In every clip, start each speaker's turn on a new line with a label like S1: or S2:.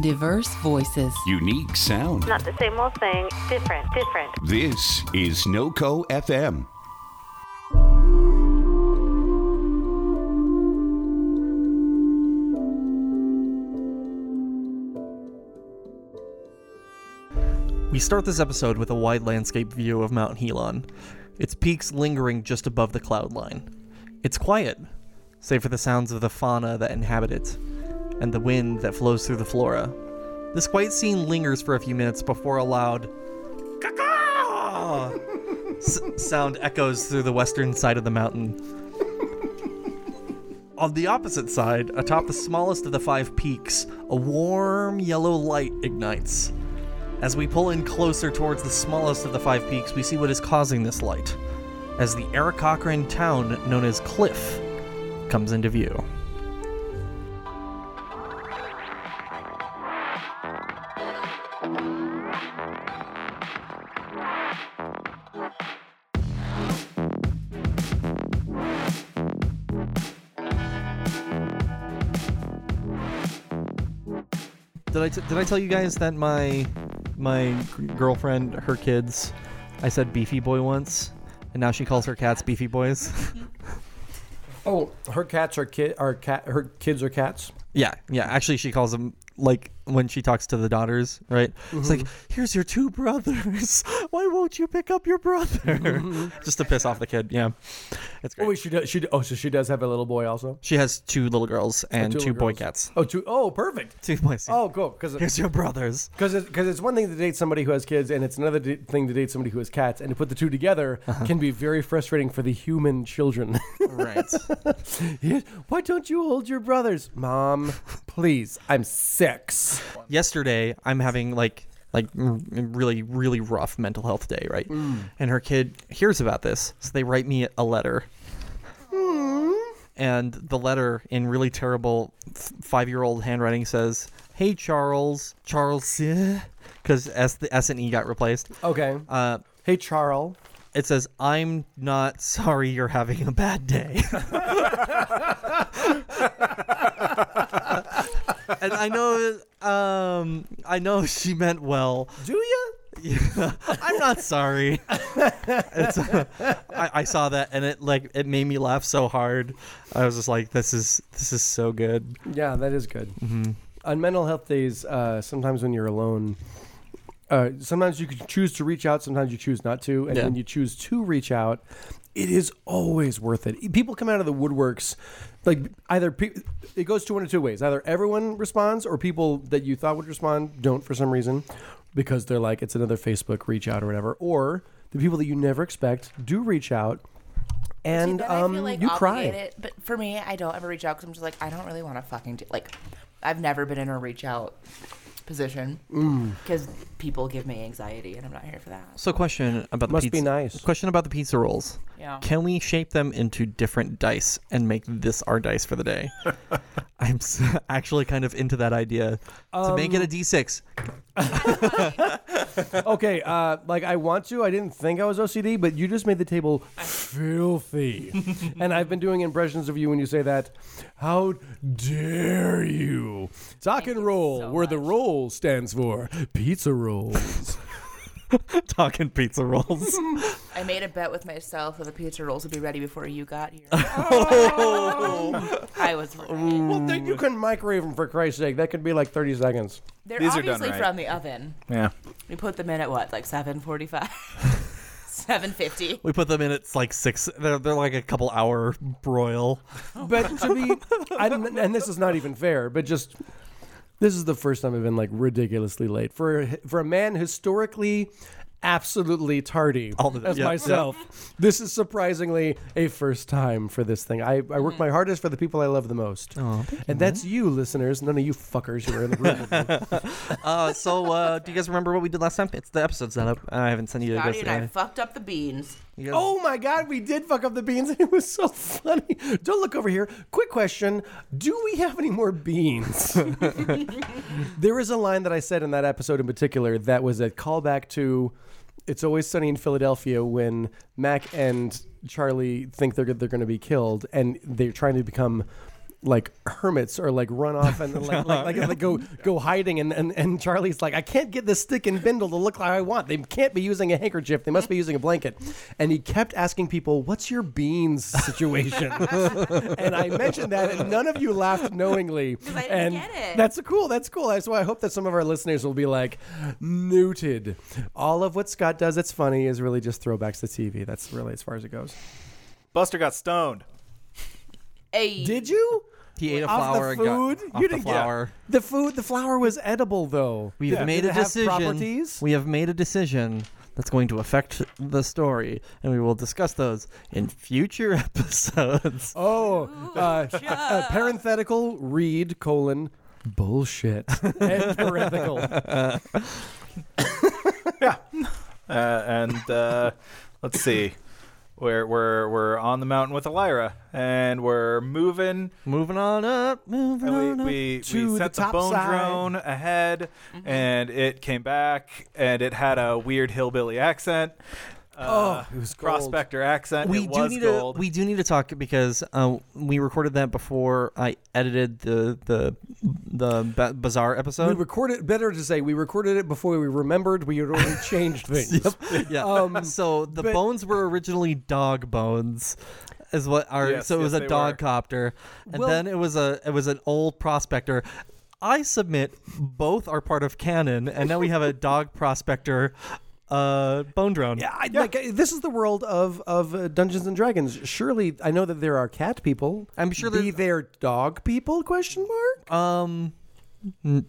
S1: Diverse voices.
S2: Unique sound.
S3: Not the same old thing. Different, different.
S2: This is NoCo FM.
S4: We start this episode with a wide landscape view of Mount Helon, its peaks lingering just above the cloud line. It's quiet, save for the sounds of the fauna that inhabit it and the wind that flows through the flora. This quiet scene lingers for a few minutes before a loud caw s- sound echoes through the western side of the mountain. On the opposite side, atop the smallest of the five peaks, a warm yellow light ignites. As we pull in closer towards the smallest of the five peaks, we see what is causing this light, as the Eric Cochran town known as Cliff comes into view. Did I, t- did I tell you guys that my my g- girlfriend, her kids, I said beefy boy once, and now she calls her cats beefy boys?
S5: Oh, her cats are kid are cat. Her kids are cats.
S4: Yeah, yeah. Actually, she calls them like when she talks to the daughters, right? It's like, here's your two brothers. Why won't you pick up your brother? Just to piss off the kid. Yeah, it's
S5: Oh
S4: great.
S5: wait, she does. She do- oh, so she does have a little boy also.
S4: She has two little girls and two,
S5: little
S4: boy
S5: girls.
S4: cats.
S5: Oh, two oh perfect.
S4: Two boys.
S5: Oh, cool. Because
S4: here's your brothers.
S5: because it's, 'cause it's one thing to date somebody who has kids, and it's another d- thing to date somebody who has cats, and to put the two together can be very frustrating for the human children.
S4: Right.
S5: Yes, Why don't you hold your brothers, Mom? Please, I'm six.
S4: yesterday I'm having like like r- really really rough mental health day, right? And her kid hears about this, so they write me a letter. And the letter in really terrible f- five-year-old handwriting says, "Hey Charles, Charles, because S the S and E got replaced.
S5: Okay.
S4: Uh,
S5: hey, Charles.
S4: it says, "I'm not sorry you're having a bad day." and I know, um, I know she meant well.
S5: Do you?
S4: I'm not sorry. It's, I, I saw that and it like it made me laugh so hard. I was just like, "This is this is so good."
S5: Yeah, that is good. On mental health days, uh, sometimes when you're alone, uh, sometimes you can choose to reach out, sometimes you choose not to. And
S4: Yeah.
S5: when you choose to reach out, it is always worth it. People come out of the woodworks, like either pe- it goes to one of two ways: either everyone responds, or people that you thought would respond don't for some reason, because they're like it's another Facebook reach out or whatever, or the people that you never expect do reach out, and
S6: See, then I
S5: um,
S6: feel, like,
S5: you cry.
S6: obligated- But for me, I don't ever reach out because I'm just like, I don't really want to fucking do. Like, I've never been in a reach out position
S5: Mm.
S6: because people give me anxiety, and I'm not here for that.
S4: So, question about the
S5: Must be
S4: pizza.
S5: nice.
S4: Question about the pizza rolls.
S6: Yeah.
S4: Can we shape them into different dice and make this our dice for the day? I'm s- actually kind of into that idea to make it a D6.
S5: Okay, uh, like I want to. I didn't think I was OCD, but you just made the table filthy. and I've been doing impressions of you when you say that. How dare you? Sock and roll, where the roll stands for pizza rolls. Mm.
S4: Talking pizza rolls.
S6: I made a bet with myself that the pizza rolls would be ready before you got here. I was. Right.
S5: well, then you can microwave them for Christ's sake. That could be like 30 seconds.
S6: They're
S7: These are done
S6: obviously
S7: right.
S6: from the oven.
S7: Yeah.
S6: We put them in at what, like 7:45, 7:50.
S4: we put them in. It's like six. They're, they're like a couple hour broil.
S5: But to be, I don't, and this is not even fair, but just. This is the first time I've been like ridiculously late for for a man historically absolutely tardy
S4: All the-
S5: as
S4: yeah, yeah.
S5: myself. This is surprisingly a first time for this thing. I, I work my
S4: Mm.
S5: hardest for the people I love the most, and that's you, listeners. None of you fuckers who are in the group. with me.
S4: Uh, so uh, do you guys remember what we did last time? It's the episode's not up. I haven't sent you guys.
S6: Johnny and I
S4: uh,
S6: fucked up the beans.
S4: you guys-
S5: oh my god, we did fuck up the beans, and it was so funny. Don't look over here. Quick question: Do we have any more beans? There is a line that I said in that episode in particular that was a callback to "It's Always Sunny in Philadelphia" when Mac and Charlie think they're they're going to be killed, and they're trying to become like hermits or like run off and like, like, like, like go go hiding and, and and Charlie's like I can't get this stick and bindle to look like I want. They can't be using a handkerchief. They must be using a blanket. And he kept asking people, "What's your beans situation?" and I mentioned that, and none of you laughed knowingly.
S6: I didn't
S5: and
S6: get it.
S5: that's cool. That's cool. So I hope that some of our listeners will be like, "Noted." All of what Scott does that's funny is really just throwbacks to TV. That's really as far as it goes.
S1: Buster got stoned.
S6: Hey,
S5: Did you?
S4: He ate a
S5: Off
S4: flower
S5: the
S4: and got
S5: food?
S4: off
S5: you
S4: the
S5: didn't
S4: flower.
S5: Get, the food, the flour was edible though.
S4: We have made
S5: Did
S4: a
S5: it have
S4: decision.
S5: properties?
S4: We have made a decision that's going to affect the story, and we will discuss those in future episodes.
S5: Oh, uh, uh, parenthetical read colon bullshit. End parenthetical.
S1: Uh, and uh, let's see. We're, we're, we're on the mountain with Elira, and we're moving.
S4: Moving on up, moving
S1: And
S4: on
S1: we,
S4: up.
S1: we,
S5: to
S1: we
S5: the
S1: sent the,
S5: top
S1: bone
S5: side.
S1: drone ahead, and it came back, and it had a weird hillbilly accent. Uh,
S5: Oh, it was gold.
S1: prospector accent.
S4: we
S1: it
S4: do
S1: was
S4: need
S1: gold.
S4: to we do need to talk because uh, we recorded that before I edited the the the ba- bizarre
S5: We
S4: episode.
S5: recorded. Better to say, we recorded it before we remembered we had already changed things.
S4: yeah.
S5: Um,
S4: so the
S5: but-
S4: bones were originally dog bones, is what our
S1: Yes,
S4: so it
S1: yes,
S4: was
S1: they
S4: a dog
S1: were.
S4: copter, and
S5: Well-
S4: then it was a it was an old prospector. I submit both are part of canon, and now we have a dog prospector, uh, bone drone.
S5: Yeah, I, like uh, this is the world of of uh, Dungeons and Dragons. Surely, I know that there are cat people.
S4: I'm sure
S5: Be
S4: there's-
S5: there dog people? Question mark.
S4: Um, n-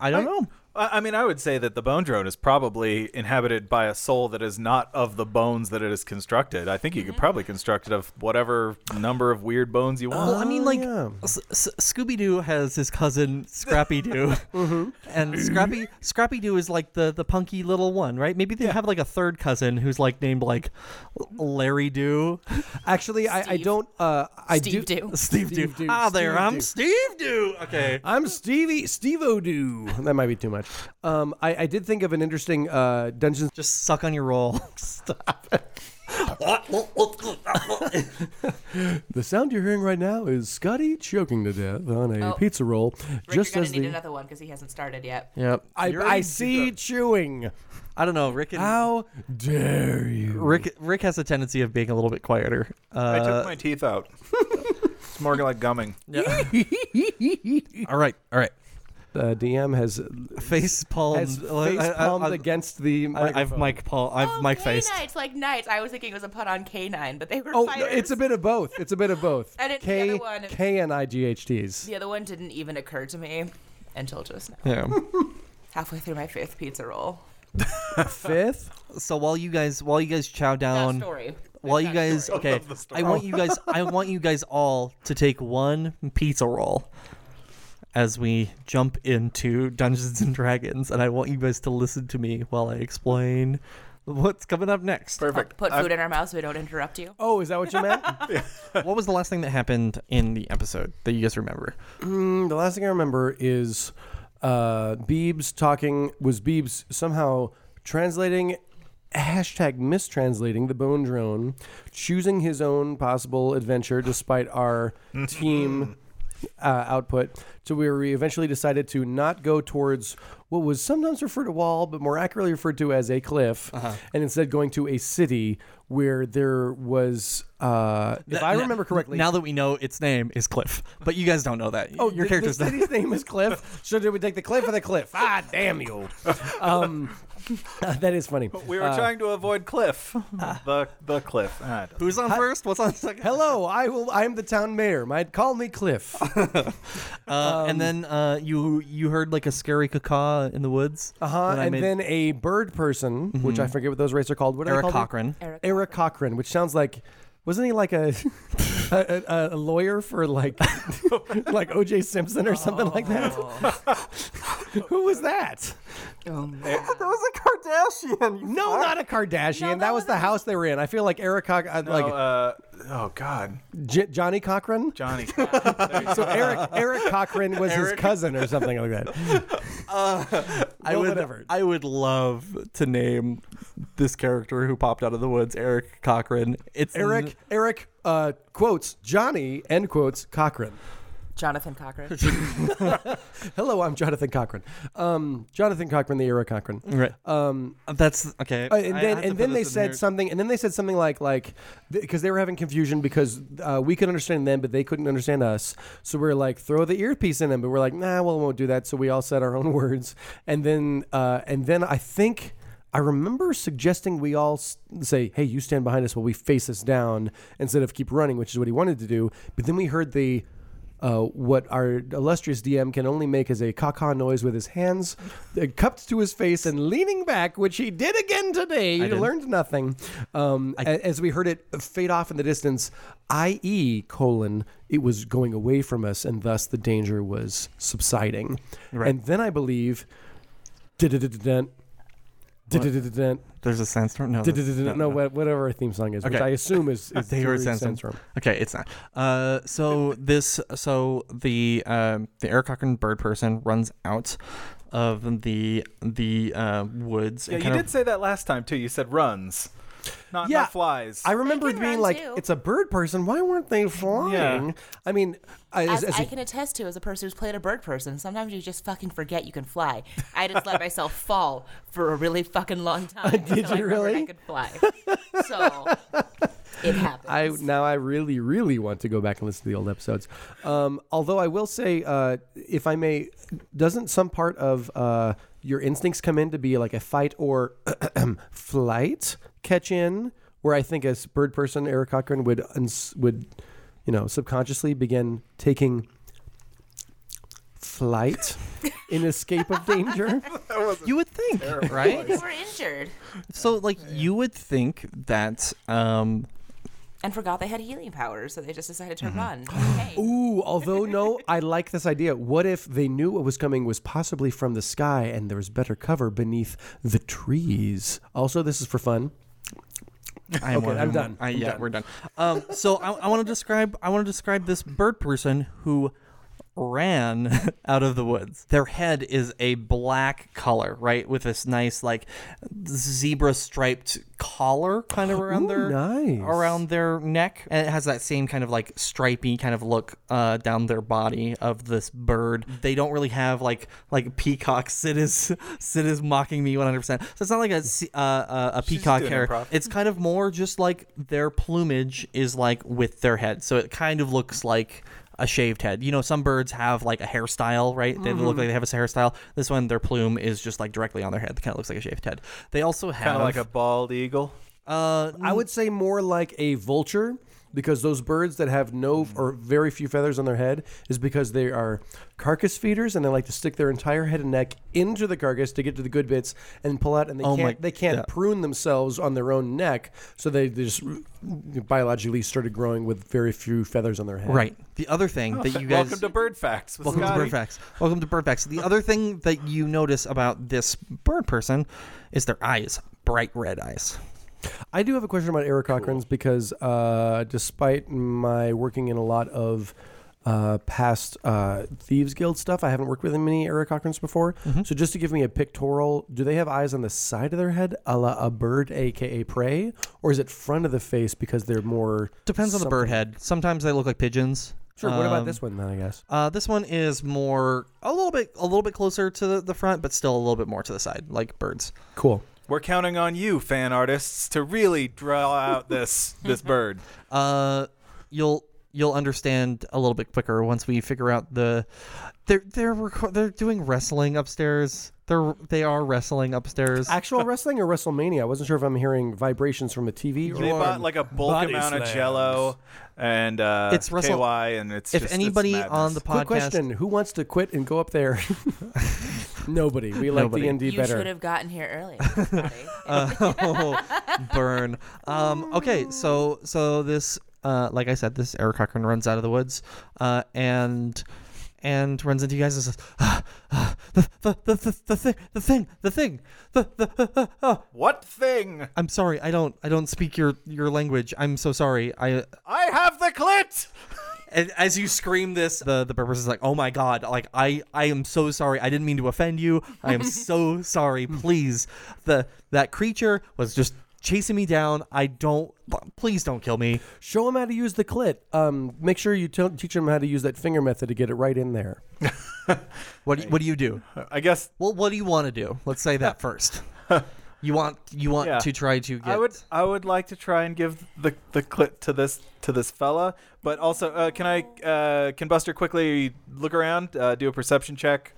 S4: I don't know.
S1: I I mean, I would say that the bone drone is probably inhabited by a soul that is not of the bones that it is constructed. I think you could probably construct it of whatever number of weird bones you
S5: Oh,
S1: want.
S4: Well, I mean, like
S5: yeah.
S4: S- S- Scooby Doo has his cousin Scrappy Doo, Mm-hmm. and Scrappy Scrappy Doo is like the the punky little one, right? Maybe they have like a third cousin who's like named like Larry Doo,
S5: Actually, I, I
S6: Steve.
S5: don't. Uh, I
S6: Steve do.
S4: Steve, Doo.
S5: Steve Doo,
S4: Ah, there
S5: Steve
S4: I'm
S5: Doo.
S4: Steve Doo. Okay,
S5: I'm Stevie Steve O'Doo. That might be too much. Um, I, I did think of an interesting uh, Dungeons.
S4: just suck on your roll. Stop.
S5: The sound you're hearing right now is Scotty choking to death on a
S6: Oh.
S5: pizza roll,
S6: Rick,
S5: just
S6: you're
S5: as
S6: gonna need
S5: the.
S6: another one because he hasn't started yet.
S4: yep.
S5: I,
S4: You're
S5: I
S4: in-
S5: see chewing.
S4: I don't know. Rick and
S5: How dare you?
S4: Rick Rick has a tendency of being a little bit quieter.
S1: I took
S4: Uh,
S1: my teeth out. it's more like gumming.
S4: all right, all right.
S5: Uh, DM has
S4: Face palm.
S5: has face palmed against the.
S4: I, I've
S5: microphone.
S4: Mike Paul. I've
S6: oh,
S4: Mike
S6: canines,
S4: faced.
S6: like knights. I was thinking it was a pun on canine, but they were.
S5: Oh, no,
S6: fighters.
S5: it's a bit of both. It's a bit of both.
S6: And it's the
S5: K
S6: other one.
S5: K and I G H T S.
S6: The other one didn't even occur to me until just now.
S4: Yeah.
S6: Halfway through my fifth pizza roll.
S5: Fifth.
S4: So while you guys while you guys chow
S6: That
S4: down,
S6: story.
S4: while you
S6: That
S4: guys
S6: story.
S4: okay, I want you guys I want you guys all to take one pizza roll as we jump into Dungeons and Dragons, and I want you guys to listen to me while I explain what's coming up next.
S1: Perfect.
S6: Put
S1: I've-
S6: food in our mouth so we don't interrupt you.
S5: Oh, is that what you meant?
S4: What was the last thing that happened in the episode that you guys remember?
S5: Mm, the last thing I remember is uh, Beebs talking. Was Beebs somehow translating? Hashtag mistranslating the bone drone, choosing his own possible adventure despite our team uh, output. To where we eventually decided to not go towards what was sometimes referred to wall, but more accurately referred to as a cliff, and instead going to a city where there was, uh, if I
S4: N-
S5: remember correctly,
S4: now that we know its name is Cliff, but you guys don't know that.
S5: Oh,
S4: your
S5: the-
S4: character's
S5: the
S4: not.
S5: city's name is Cliff. So did we take the cliff or the cliff? Ah, damn you! Um, that is funny. Uh,
S1: We were
S4: Uh,
S1: trying to avoid Cliff.
S4: Ah.
S1: the the Cliff. Ah, it doesn't-
S4: Who's on first? What's on second?
S5: Hello, I will. I'm the town mayor. My call me Cliff.
S4: Uh,
S5: Um,
S4: and then uh, you you heard like a scary caca in the woods.
S5: Uh huh.
S4: when I
S5: And
S4: made- Mm-hmm.
S5: then a bird person, which I forget what those races are called. What are they
S4: Eric
S5: called?
S4: Cochran.
S6: Eric.
S5: Eric Cochran, which sounds like. Wasn't he like a a, a, a lawyer for like like O.J. Simpson or something like that?
S4: Oh.
S5: Who was that?
S6: Oh,
S4: was a Kardashian.
S5: No, not a Kardashian.
S6: No,
S5: that,
S6: that
S5: was
S6: was
S5: the
S6: a-
S5: house they were in. I feel like Eric Coch- uh, like
S1: Oh, uh, oh God,
S5: J- Johnny Cochran.
S1: Johnny.
S5: So Eric Eric Cochran was his cousin or something like that.
S4: Uh, I
S5: Well,
S4: would.
S5: whatever.
S4: I would love to name this character who popped out of the woods Eric Cochran. It's
S5: Eric Eric uh, quotes Johnny end quotes Cochran.
S6: Jonathan Cochran.
S5: Hello, I'm Jonathan Cochran. Um, Jonathan Cochran, the era Cochran.
S4: Right.
S5: Um,
S4: That's okay.
S5: uh, and then, and then they said something, and then they said something like, like, because they were having confusion because uh, we could understand them, but they couldn't understand us. So we are like, throw the earpiece in them, but we're like, nah, well, we won't do that. So we all said our own words, and then, uh, and then I think I remember suggesting we all s- say, hey, you stand behind us while we face us down instead of keep running, which is what he wanted to do. But then we heard the. Uh, what our illustrious DM can only make is a caw noise with his hands uh, cupped to his face and leaning back, which he did again today. You
S4: did.
S5: learned nothing. Um, a- as we heard it fade off in the distance, i.e., colon, it was going away from us, and thus the danger was subsiding. And then I believe, dun-dun-dun-dun-dun, dun-dun-dun-dun-dun,
S4: There's a sandstorm. No. there's-
S5: dun-dun-dun-dun, no, wha- whatever our theme song is, which
S4: Okay.
S5: I assume is, is
S4: They were
S5: Theory
S4: sandstorm.
S5: Sandstorm.
S4: Okay, it's not. Uh, so this, so the um, the air cock and bird person runs out of the the uh, woods.
S1: Yeah,
S4: and
S1: you
S4: kind
S1: did say that last time too. You said runs, not,
S5: Yeah,
S1: not flies.
S5: I remember
S6: can
S5: being
S6: run,
S5: like,
S6: too.
S5: "It's a bird person. Why weren't they flying?" I mean, I,
S6: As,
S5: as, as
S6: I
S5: a-
S6: can attest to, as a person who's played a bird person, sometimes you just fucking forget you can fly. I just let myself fall for a really fucking long time.
S5: Did
S6: until
S5: you
S6: I remembered
S5: really?
S6: I could fly. So it happens.
S5: I now I really, really want to go back and listen to the old episodes. Um, although I will say, uh, if I may, doesn't some part of uh, your instincts come in to be like a fight or flight catch in? Where I think as bird person, Eric Cochran would uns- would you know subconsciously begin taking flight in escape of danger.
S4: you would think, right?
S6: we were injured
S4: so like you would think that um,
S6: and forgot they had healing powers, so they just decided
S5: Mm-hmm.
S6: to run. Hey,
S5: Ooh, although no, I like this idea. What if they knew what was coming was possibly from the sky and there was better cover beneath the trees? Also, this is for fun.
S4: I am
S5: Okay,
S4: one-
S5: I'm done.
S4: I,
S5: I'm
S4: yeah,
S5: done.
S4: we're done. Um, so I, I want to describe. I want to describe this bird person who ran out of the woods. Their head is a black color, right, with this nice like zebra striped collar kind of around
S5: Ooh,
S4: their
S5: nice.
S4: around their neck, and it has that same kind of like stripy kind of look uh, down their body of this bird. They don't really have like like peacock. Sid is Sid is mocking me 100. percent So it's not like a se- uh, uh, a peacock
S1: doing
S4: hair.
S1: improv.
S4: It's kind of more just like their plumage is like with their head. So it kind of looks like a shaved head. You know, some birds have like a hairstyle, right? They
S1: Mm-hmm.
S4: look like they have a hairstyle. This one, their plume is just like directly on their head. It kind of looks like a shaved head. They also have
S1: kind of like a bald eagle.
S4: uh,
S5: I would say more like a vulture because those birds that have no or very few feathers on their head is because they are carcass feeders and they like to stick their entire head and neck into the carcass to get to the good bits and pull out and they
S4: Oh my-
S5: can't they can't
S4: yeah.
S5: prune themselves on their own neck so they, they just mm, biologically started growing with very few feathers on their head.
S4: right. The other thing that you guys
S1: Oh, Welcome to Bird Facts. With
S4: Welcome to
S1: Scotty.
S4: Bird Facts. Welcome to Bird Facts. The other thing that you notice about this bird person is their eyes, bright red eyes.
S5: I do have a question about Eric Cochran's because, uh, despite my working in a lot of uh, past uh, Thieves Guild stuff, I haven't worked with many Eric Cochran's before.
S4: Mm-hmm.
S5: So, just to give me a pictorial, do they have eyes on the side of their head, a la a bird, aka prey, or is it front of the face because they're more?
S4: Depends on the bird
S5: something?
S4: head. Sometimes they look like pigeons.
S5: Sure. what
S4: Um,
S5: about this one then? I guess.
S4: Uh, this one is more a little bit a little bit closer to the, the front, but still a little bit more to the side, like birds.
S5: Cool.
S1: We're counting on you, fan artists, to really draw out this this bird.
S4: Uh, you'll you'll understand a little bit quicker once we figure out the they're they're reco- they're doing wrestling upstairs. They're they are wrestling upstairs.
S5: Actual wrestling or WrestleMania? I wasn't sure if I'm hearing vibrations from the TV. Or
S1: They bought like a bulk
S7: Body
S1: amount of
S7: slams.
S1: Jello and uh,
S4: It's Russell-
S1: KY, and it's
S4: if
S1: just, it's
S4: anybody on
S1: madness.
S4: the
S5: Quick
S4: podcast
S5: question: Who wants to quit and go up there? Nobody. We like
S4: Nobody.
S5: D and D
S6: you
S5: better. Uh,
S6: should have gotten here early. Scotty.
S4: oh, burn. Um, okay, so so this, uh, like I said, this Eric Cochran runs out of the woods, uh, and and runs into you guys and says, ah, ah, the, the, the, the, the thing, the thing, the thing, the, the, the oh.
S1: what thing?
S4: I'm sorry, I don't, I don't speak your your language. I'm so sorry. I
S1: I have the clit.
S4: and as you scream this, the the purpose is like, oh my god, like I I am so sorry. I didn't mean to offend you. I am so sorry. Please, the that creature was just chasing me down. I don't. Please don't kill me.
S5: Show him how to use the clit. Um, make sure you tell teach him how to use that finger method to get it right in there.
S4: What do, what do you do?
S1: I guess
S4: Well, what do you want to do? Let's say that first. You want you want
S1: Yeah.
S4: to try to get.
S1: I would I would like to try and give the the clit to this to this fella, but also uh, can I uh, can Buster quickly look around, uh, do a perception check,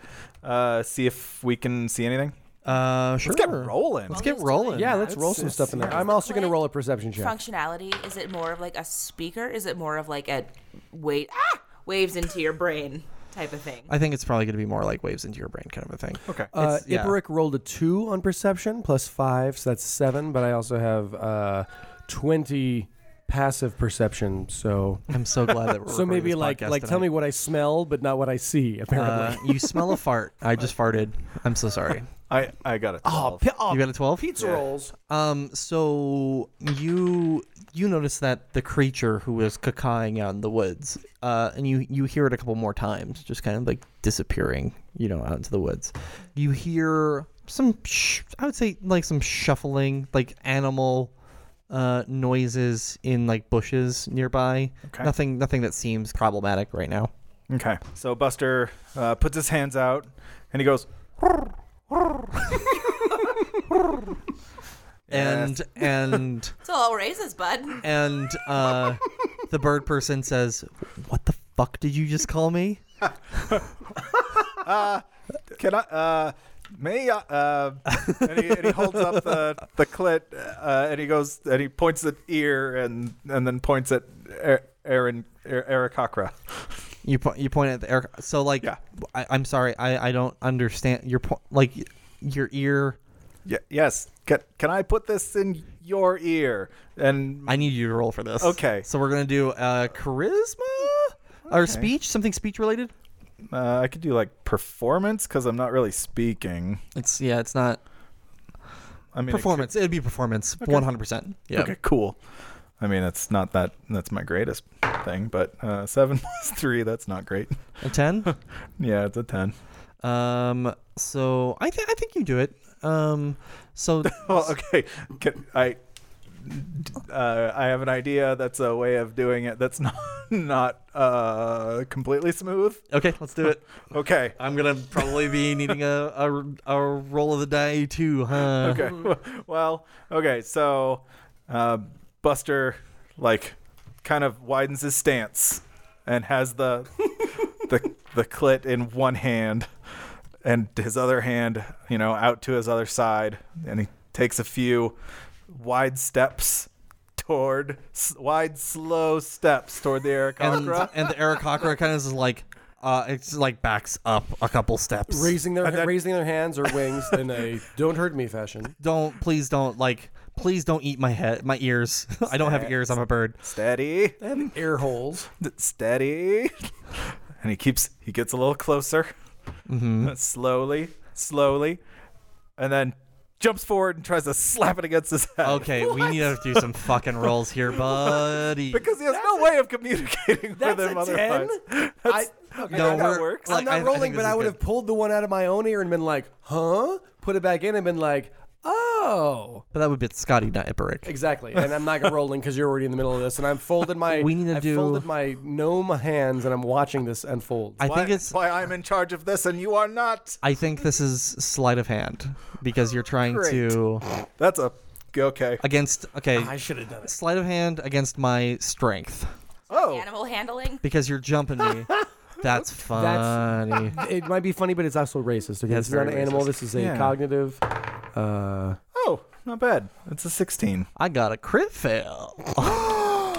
S1: uh, see if we can see anything.
S4: Uh, sure.
S1: Let's get rolling.
S4: Let's get rolling.
S5: Yeah, let's roll some stuff in there. I'm also going to roll a perception check.
S6: Functionality is it more of like a speaker? Is it more of like a wait ah waves into your brain type of thing?
S4: I think it's probably going to be more like waves into your brain kind of a thing.
S1: Okay.
S5: Uh,
S4: It's- yeah.
S5: Iperic rolled a two on perception plus five, so that's seven. But I also have uh, twenty passive perception, so
S4: I'm so glad that we're
S5: so
S4: recording
S5: maybe
S4: this
S5: like
S4: podcast
S5: like tell me
S4: tonight.
S5: what I smell, but not what I see.
S4: Uh,
S5: Apparently,
S4: you smell a fart. I just farted. I'm so sorry.
S1: I I got it. Oh,
S4: You got a 12?
S5: pizza rolls.
S4: Um, so you you notice that the creature who was cacaing out in the woods, uh, and you you hear it a couple more times, just kind of like disappearing, you know, out into the woods. You hear some, sh- I would say, like some shuffling, like animal uh, noises in like bushes nearby.
S1: Okay.
S4: Nothing, nothing that seems problematic right now.
S1: okay. So Buster uh, puts his hands out and he goes.
S4: And and
S6: It's all raises, bud.
S4: and uh, the bird person says, "What the fuck did you just call me?"
S1: Can I? Uh, may I? Uh, and, he, and he holds up the, the clit, uh, and he goes, and he points at ear, and and then points at Er- Aaron Er- Eric Hakra.
S4: You po- you point at the air. So like,
S1: Yeah.
S4: I, I'm sorry, I, I don't understand your point. Like your ear.
S1: Y- yes. Can, can I put this in your ear? And
S4: I need you to roll for this.
S1: Okay.
S4: So we're gonna do uh, charisma or speech, something speech related.
S1: uh, I could do like performance because I'm not really speaking.
S4: It's yeah, it's not
S1: I mean, it could-
S4: performance. It would be performance, one hundred percent. Yeah.
S1: Okay, cool. I mean, it's not that that's my greatest thing, but uh, seven plus three, that's not great.
S4: A ten.
S1: Yeah, it's a ten.
S4: um. So I think I think you do it. Um. So
S1: Well, Oh, okay. Can, I uh, I have an idea. That's a way of doing it. That's not not uh, completely smooth.
S4: okay, let's do it.
S1: Okay.
S4: I'm gonna probably be needing a, a, a roll of the die too, huh?
S1: Okay. Well. Okay. So, uh, Buster like kind of widens his stance and has the the the clit in one hand and his other hand, you know, out to his other side, and he takes a few wide steps toward s- wide slow steps toward the
S4: And
S1: Aarakocra.
S4: and the Eric Cochran kind of is like, uh, it's like backs up a couple steps.
S5: Raising their
S1: And then-
S5: raising their hands or wings in a "don't hurt me" fashion.
S4: Don't please don't like please don't eat my head my ears. I don't have ears. I'm a bird.
S1: Steady.
S5: And air holes.
S1: steady and he keeps he gets a little closer
S4: Mm-hmm.
S1: Uh, slowly slowly and then jumps forward and tries to slap it against his head
S4: Okay, we need to do some fucking rolls here, buddy.
S1: because he has no way of communicating
S5: That's
S1: with him
S5: a
S1: otherwise
S5: 10?
S1: That's-
S5: I- okay,
S4: No,
S5: that
S4: we're-
S1: works.
S4: like,
S5: I'm not
S4: I- I think
S5: rolling,
S4: this is
S5: but I would
S4: good.
S5: have pulled the one out of my own ear and been like, "Huh?" Put it back in and been like, "Oh."
S4: But that would be Scotty, not Iperic.
S5: Exactly, and I'm not rolling because you're already in the middle of this, and I'm folded my
S4: We need to
S5: I've
S4: do-
S5: folded my gnome hands, and I'm watching this unfold.
S4: I
S1: why,
S4: think it's
S1: why i'm in charge of this and you are not
S4: I think this is sleight of hand because you're trying to
S1: that's a okay
S4: against okay
S5: should have done it.
S4: sleight of hand against my strength
S1: oh
S6: Animal handling.
S4: because you're jumping me. That's funny.
S5: It might be funny, but it's also racist. Okay,
S4: Yeah, it's
S5: this is not an
S4: very
S5: animal.
S4: racist.
S5: This is a
S1: Yeah.
S5: cognitive. Uh,
S1: oh not bad it's a 16
S4: I got a crit fail.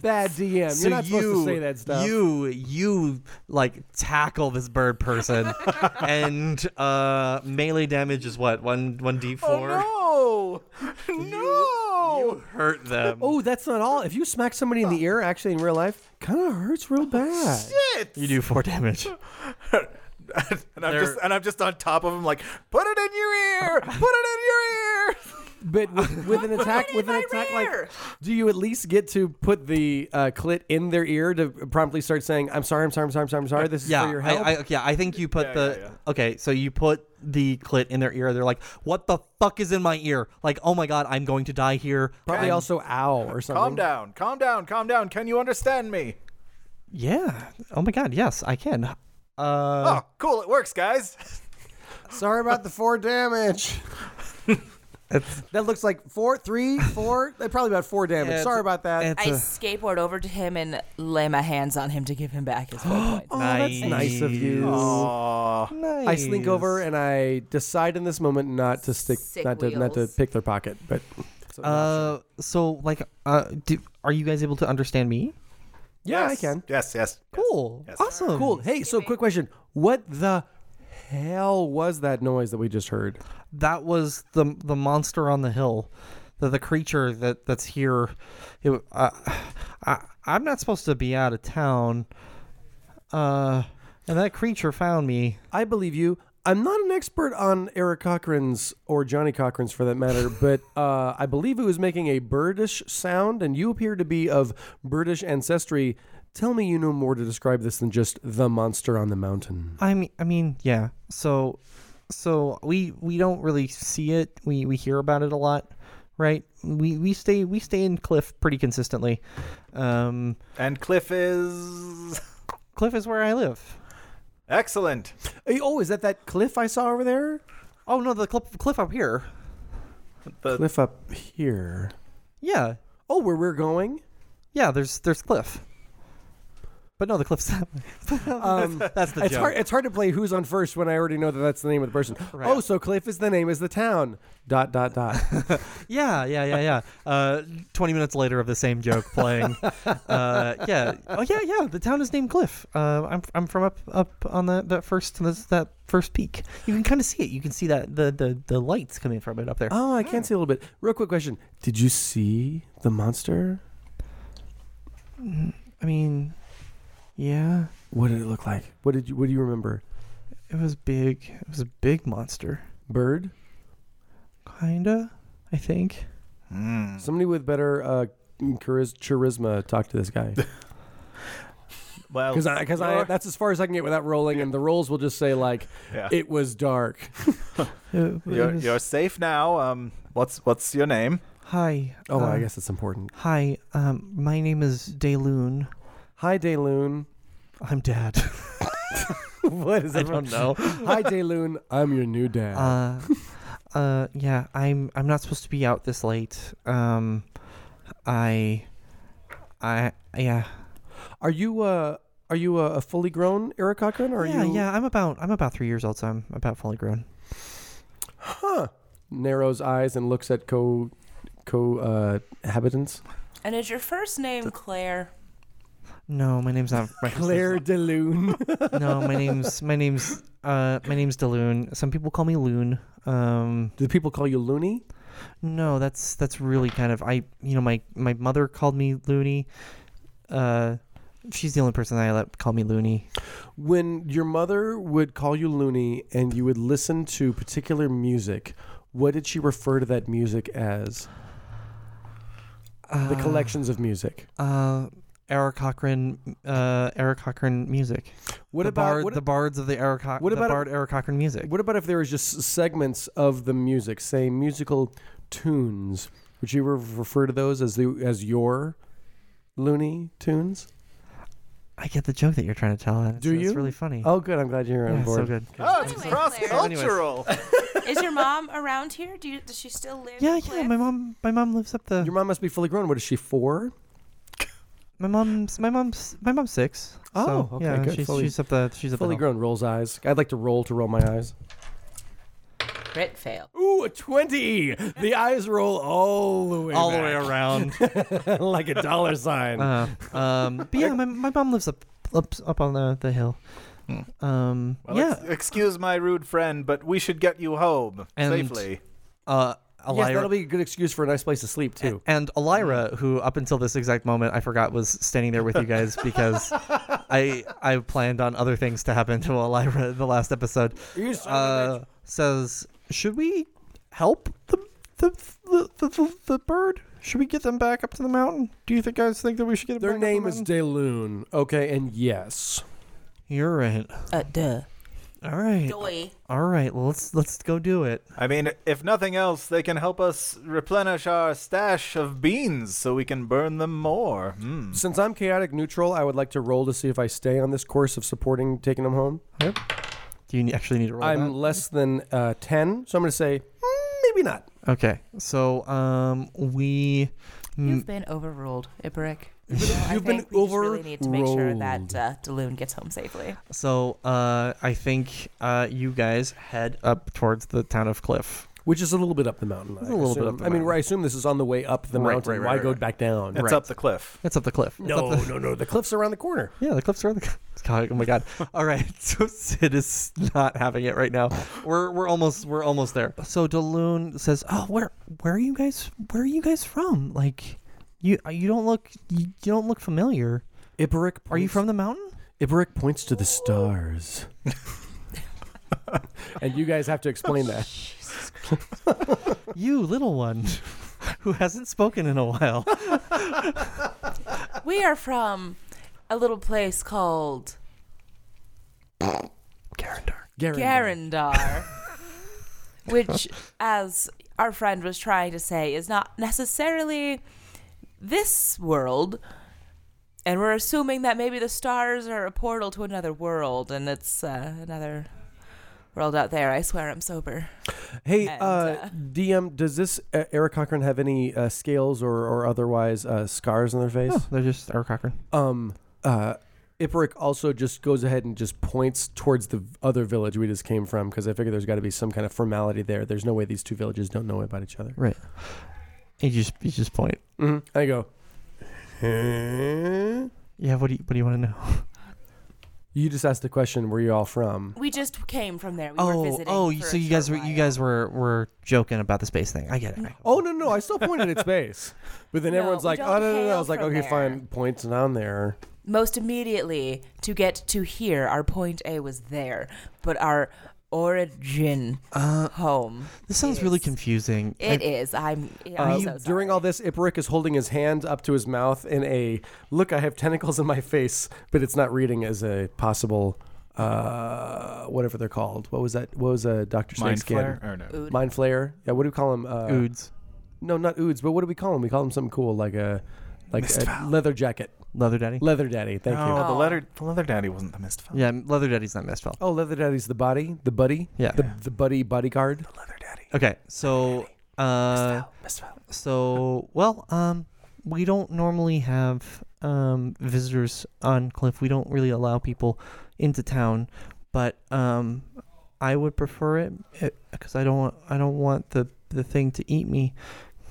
S5: bad DM.
S4: So
S5: You're not supposed to say that stuff.
S4: You you like tackle this bird person, and uh, melee damage is what one one d four.
S1: oh no no
S4: You hurt them.
S5: Oh, that's not all. If you smack somebody in the ear, actually in real life, kind of hurts real bad.
S1: Shit.
S4: You do four damage.
S1: and i'm
S4: They're-
S1: just and i'm just on top of him like put it in your ear put it in your ear
S5: But with, with an attack,
S6: in
S5: with an
S6: my
S5: attack,
S6: rear.
S5: like, do you at least get to put the uh, clit in their ear to promptly start saying, "I'm sorry, I'm sorry, I'm sorry, I'm sorry, I'm sorry. This is
S4: Yeah,
S5: for your
S4: I,
S5: help."
S4: I, yeah. I think you put the okay. So you put the clit in their ear. They're like, "What the fuck is in my ear?" Like, "Oh my god, I'm going to die here."
S5: Probably
S4: I'm-
S5: also owl or something.
S1: Calm down, calm down, calm down. Can you understand me?
S4: Yeah. Oh my god. Yes, I can. Uh,
S1: oh, cool, it works, guys.
S5: Sorry about the four damage.
S4: It's-
S5: that looks like four, three, four. eh, Probably about four damage.
S4: it's-
S5: Sorry about that.
S4: it's
S6: I
S4: a-
S6: skateboard over to him and lay my hands on him to give him back his four points.
S5: Oh, that's nice of you.
S1: Aw.
S5: I slink over and I decide in this moment not to stick,
S6: Sick
S5: not to, not to
S6: wheels.
S5: pick their pocket. But
S4: Uh, so like, uh, do, are you guys able to understand me?
S5: yeah, I
S1: Yes,
S5: can.
S1: Yes, yes. yes.
S4: Cool. Awesome.
S5: Cool. Hey, so quick question: What the hell was that noise that we just heard?
S4: That was the the monster on the hill, the the creature that that's here. It, w- uh, I I'm not supposed to be out of town. Uh, and that creature found me.
S5: I believe you. I'm not an expert on Eric Cochran's or Johnny Cochran's for that matter, but uh, I believe it was making a birdish sound, and you appear to be of British ancestry. Tell me you know more to describe this than just the monster on the mountain.
S4: I mean, I mean, yeah. So, so we we don't really see it. We we hear about it a lot, right? We we stay we stay in Cliff pretty consistently. Um,
S1: And Cliff is
S4: Cliff is where I live.
S1: excellent.
S5: Hey, oh, is that that cliff I saw over there?
S4: Oh no, the cliff cliff up here.
S1: The
S5: Cliff up here.
S4: Yeah,
S5: Oh, where we're going?
S4: yeah. There's there's Cliff. But no, the cliff's
S5: Um,
S4: that's the
S5: It's
S4: joke.
S5: hard, it's hard to play who's on first when I already know that that's the name of the person. Oh, so Cliff is the name is the town. Dot, dot, dot.
S4: Yeah, yeah, yeah, yeah. Uh, Twenty minutes later of the same joke playing. uh, yeah. Oh yeah, yeah. The town is named Cliff. Uh, I'm I'm from up up on that that first this, that first peak. You can kind of see it. You can see that the the the lights coming from it up there.
S5: Oh, I can't see a little bit. Real quick question. Did you see the monster?
S4: I mean, yeah.
S5: What did it look like? What did you what do you remember?
S4: It was big. It was a big monster.
S5: Bird?
S4: Kinda. I think. Hmm.
S5: Somebody with better uh chariz- charisma talk to this guy.
S1: well,
S5: Cuz I cuz I
S1: you're-
S5: that's as far as I can get without rolling and the rolls will just say like
S1: Yeah.
S5: it was dark.
S4: It- it
S1: you're,
S4: was-
S1: you're safe now. Um, what's what's your name?
S4: Hi.
S5: Oh, I
S4: um,
S5: guess it's important.
S4: Hi. Um, my name is Dayloon.
S5: Hi Dayloon.
S4: I'm dad.
S5: what is
S4: I
S5: that?
S4: don't know.
S5: Hi Dayloon, I'm your new dad.
S4: Uh, uh, yeah. I'm I'm not supposed to be out this late. Um, I, I yeah.
S5: are you uh are you a, a fully grown Eric Cochran? Or are
S4: yeah,
S5: you
S4: yeah. I'm about I'm about three years old, so I'm about fully grown.
S5: narrows eyes and looks at co co uh habitants?
S6: And is your first name Claire?
S4: No, my name's not my first name's-
S5: Delune.
S4: No, my name's my name's uh my name's Deloon. Some people call me Loon. Um,
S5: Do people call you Loony?
S4: No, that's that's really kind of I you know my my mother called me loony. Uh, she's the only person that I let call me loony.
S5: When your mother would call you Loony and you would listen to particular music, what did she refer to that music as? the collections of music.
S4: Uh, Eric Cochran, uh, Eric Cochran music.
S5: What
S4: the
S5: about
S4: bard,
S5: what,
S4: the bards of the Eric? Co-
S5: what
S4: the
S5: about-
S4: bard Eric Cochran music?
S5: what about if there was just s- segments of the music, say musical tunes? Would you re- refer to those as the as your Loony tunes?
S4: I get the joke that you're trying to tell. and
S5: Do
S4: it's,
S5: you?
S4: It's really funny.
S5: Oh, good. I'm glad you're on
S4: yeah,
S5: board.
S4: so good.
S1: Oh, it's
S6: Anyway,
S1: cross cultural.
S6: Is your mom around here? Do you, does she still live?
S4: Yeah,
S6: in
S4: yeah.
S6: Cliff?
S4: My mom, my mom lives up the.
S5: Your mom must be fully grown. What is she four?
S4: my mom's, my mom's, my mom's six.
S5: Oh,
S4: so,
S5: okay,
S4: yeah,
S5: good.
S4: She's,
S5: Fully-
S4: she's up the. She's up the.
S5: Fully
S4: hill.
S5: grown. Rolls eyes. I'd like to roll to roll my eyes.
S6: Crit fail.
S5: Ooh, a 20. The eyes roll all the way
S4: around.
S5: around. like a dollar sign.
S4: Uh, um, but yeah, my, my mom lives up up up on the, the hill. Um,
S1: Well,
S4: yeah,
S1: ex- excuse my rude friend, but we should get you home
S4: And-
S1: safely.
S4: uh,
S5: yes,
S4: Elira,
S5: that'll be Hmm. a good excuse for a nice place to sleep, too.
S4: and Elira, who up until this exact moment I forgot was standing there with you guys because I I planned on other things to happen to Elira in the last episode.
S5: You son of a
S4: uh, says, should we help the the, the the the the bird? Should we get them back up to the mountain? Do you think guys think that we should get them
S5: Their
S4: back up
S5: name
S4: the
S5: is
S4: mountain?
S5: Dayloon. Okay, and yes.
S4: You're right.
S6: Uh, duh.
S4: All right.
S6: Doy.
S4: All right. Well, let's let's go do it.
S1: I mean, if nothing else, they can help us replenish our stash of beans so we can burn them more. Hmm.
S5: Since I'm chaotic neutral, I would like to roll to see if I stay on this course of supporting taking them home.
S4: Do you actually need to roll?
S5: I'm
S4: that?
S5: less than uh, 10, so I'm going to say "Mm, maybe not.
S4: Okay. So um we hmm,
S6: You've been overruled, Iberic.
S5: Mm. you've been
S6: we just really need to make sure
S5: overruled.
S6: that uh, Daloon gets home safely.
S4: so uh I think uh you guys head up towards the town of Cliff.
S5: Which is a little bit up the mountain. It's
S4: a little bit up the
S5: I mean,
S4: mountain.
S5: I assume this is on the way up the
S4: Right,
S5: mountain.
S4: right, right,
S5: Why
S4: right,
S5: go
S4: right.
S5: back down?
S1: It's
S4: Right.
S1: up the cliff.
S4: It's up the cliff. It's up
S5: No,
S4: the-
S5: no, no. The cliff's around the corner.
S4: Yeah, the cliffs are the. cl- Oh my god! All right, so Sid is not having it right now. We're we're almost we're almost there. So Daloon says, "Oh, where where are you guys? Where are you guys from? Like, you you don't look you, you don't look familiar.
S5: Iberic.
S4: Are you from the mountain?
S5: Iberic points to the stars. and you guys have to explain that.
S4: You little one, who hasn't spoken in a while.
S6: We are from a little place called
S4: Garandar.
S6: Garandar, which, as our friend was trying to say, is not necessarily this world. And we're assuming that maybe the stars are a portal to another world, and it's uh, another world out there. I swear I'm sober.
S5: Hey,
S6: And,
S5: uh,
S6: uh,
S5: DM, does this uh, Eric Cochran have any uh, scales or, or otherwise uh, scars on their face?
S4: Oh, they're just Eric Cochran.
S5: Um, uh, Iperic also just goes ahead and just points towards the other village we just came from because I figure there's got to be some kind of formality there. There's no way these two villages don't know about each other.
S4: Right. You just you just point.
S5: Mm-hmm. I go. "Huh?"
S4: Yeah. What do you what do you want to know?
S5: You just asked the question. Where you all from?
S6: We just came from there. We were
S4: oh
S6: visiting.
S4: oh.
S6: for
S4: So
S6: a
S4: you guys were
S6: short
S4: you
S6: while.
S4: guys were were joking about the space thing. I get it. I-
S5: Oh no no! I still pointed at space, but then
S6: No,
S5: everyone's
S6: we
S5: like,
S6: don't
S5: "Oh no no no!" I
S6: hail
S5: was like,
S6: from
S5: "Okay
S6: there."
S5: fine." Points down there.
S6: most immediately to get to here. Our point A was there, but our origin
S5: Uh,
S6: home.
S4: This sounds really
S6: is-
S4: confusing.
S6: It
S4: I-
S6: is. I'm.
S5: Uh,
S6: I'm
S5: you-
S6: Oh, so
S5: during
S6: sorry.
S5: all this, Iperic is holding his hand up to his mouth in a look. I have tentacles in my face, but it's not reading as a possible uh, whatever they're called. What was that? What was a Doctor
S1: Mind
S5: Snake's skin?
S1: flare? Or no?
S6: Ood.
S5: Mind flayer. Yeah. What do we call him? Uh,
S4: Oods.
S5: No, not oods. But what do we call him? We call him something cool like a like a leather jacket,
S4: Leather Daddy?
S5: leather daddy. Thank you.
S1: No, the
S6: Oh.
S1: leather, the leather daddy wasn't the mist fellow.
S4: yeah, Leather Daddy's not Mistfell.
S5: Oh, leather daddy's the body, the buddy,
S4: Yeah.
S5: the, the buddy bodyguard.
S1: Leather daddy.
S4: Okay, so uh so well, um we don't normally have um visitors on Cliff. We don't really allow people into town, but um I would prefer it because I don't want I don't want the the thing to eat me.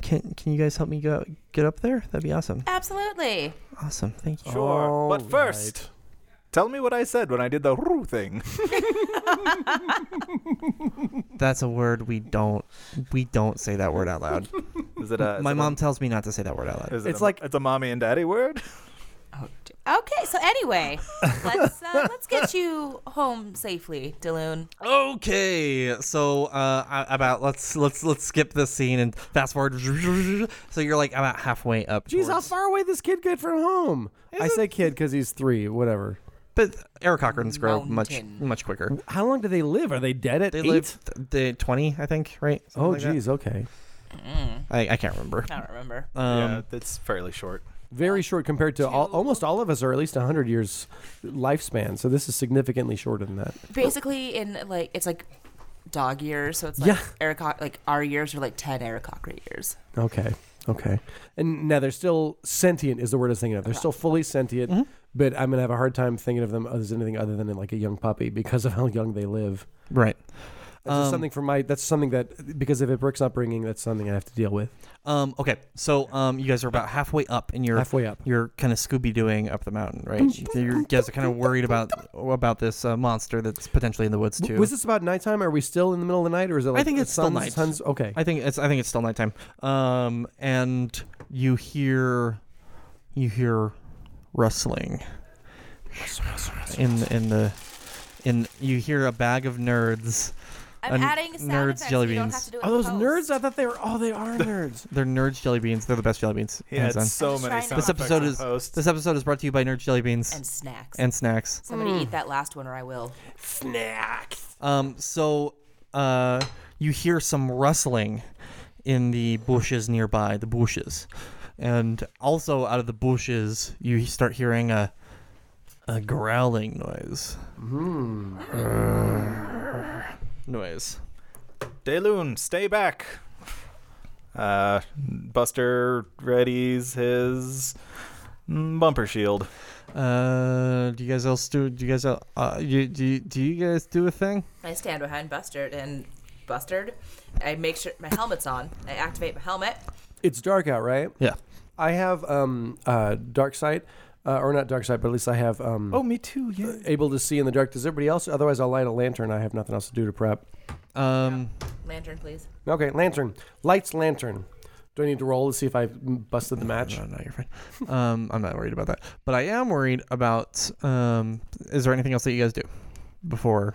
S4: Can can you guys help me go get up there? That'd be awesome.
S6: Absolutely.
S4: Awesome. Thank you.
S1: Sure.
S5: All
S1: but first,
S5: right.
S1: tell me what I said when I did the roo thing.
S4: That's a word we don't we don't say that word out loud.
S1: Is it a? uh, is
S4: My
S1: it a-
S4: mom tells me not to say that word out loud.
S1: is it
S5: It's
S1: a-
S5: like-
S1: it's a mommy and daddy word.
S6: Oh, Okay. So anyway, let's uh, let's get you home safely, Daloon.
S4: Okay, so uh, a- about let's let's let's skip this scene and fast forward. So you're like about halfway up.
S5: Jeez, how
S4: towards-
S5: far away this kid get from home? I say kid because he's three. Whatever.
S4: But Eric Cochran's grow much
S6: Mountain.
S4: much quicker.
S5: How long do they live? Are they dead at
S4: They
S5: eight?
S4: live the twenty, I think, right? Something
S5: Oh,
S4: like that.
S5: geez. Okay.
S4: I, I can't remember. Um,
S6: I don't remember.
S1: yeah, that's fairly short.
S5: Very short compared to all, almost all of us are at least 100 years lifespan. So this is significantly shorter than that.
S6: Basically, in like it's like dog years, so it's like
S5: Yeah.
S6: Eric, Coch- like our years are like ten Eric Cochran years.
S5: Okay. Okay. And now they're still sentient, is the word I was thinking of. They're still fully sentient, but I'm going to have a hard time thinking of them as anything other than like a young puppy because of how young they live.
S4: Right.
S5: That's just something for my, that's something that, because of Ibric's upbringing, that's something I have to deal with.
S4: Um. Okay. So um, you guys are about halfway up, and you're
S5: Halfway up.
S4: You're kind of Scooby Dooing up the mountain, right? You're- you guys are kind of worried about about this uh, monster that's potentially in the woods too.
S5: Was this about nighttime? Are we still in the middle of the night or is it like
S4: think
S5: the
S4: it's still
S5: sun's-
S4: night.
S5: sun's- okay.
S4: I think it's I think it's still nighttime. Um, and you hear, you hear, rustling. In in the, in you hear a bag of nerds, a
S6: I'm
S4: n-
S6: adding sound
S4: nerds
S6: effects.
S4: jelly
S6: You don't
S4: beans.
S6: have to do it
S5: Are those
S6: in
S5: nerds?
S6: post.
S5: I thought they were. Oh, they are nerds.
S4: They're nerds jelly beans. They're the best jelly beans.
S1: He
S4: hands
S1: had
S4: down.
S1: so
S6: I'm just
S1: many
S6: trying to-
S1: sound
S4: This episode
S1: effects
S4: is
S1: and posts.
S4: this episode is brought to you by Nerds Jelly Beans
S6: and snacks.
S4: and snacks.
S6: Somebody
S5: Mm.
S6: eat that last one, or I will.
S5: Snacks.
S4: Um, so uh, you hear some rustling in the bushes nearby, the bushes, and also out of the bushes you start hearing a a growling noise. noise.
S1: Dayloon, stay back. Uh, Buster readies his bumper shield.
S4: Uh, do you guys else do? Do you guys el- uh, you, do? You, do you guys do a thing?
S6: I stand behind Bustard and Bustard. I make sure my helmet's on. I activate my helmet.
S5: It's dark out, right?
S4: Yeah.
S5: I have um uh dark sight, uh, or not dark sight, but at least I have um
S1: Oh,
S4: Oh.
S1: me too. Yeah.
S5: able to see in the dark. Does everybody else? Otherwise, I'll light a lantern. I have nothing else to do to prep.
S4: Um,
S6: Lantern, please.
S5: Okay, lantern, lights, lantern. Do I need to roll to see if I busted the match?
S4: oh, No, no, you're fine. Um, I'm not worried about that, but I am worried about. Um, is there anything else that you guys do before?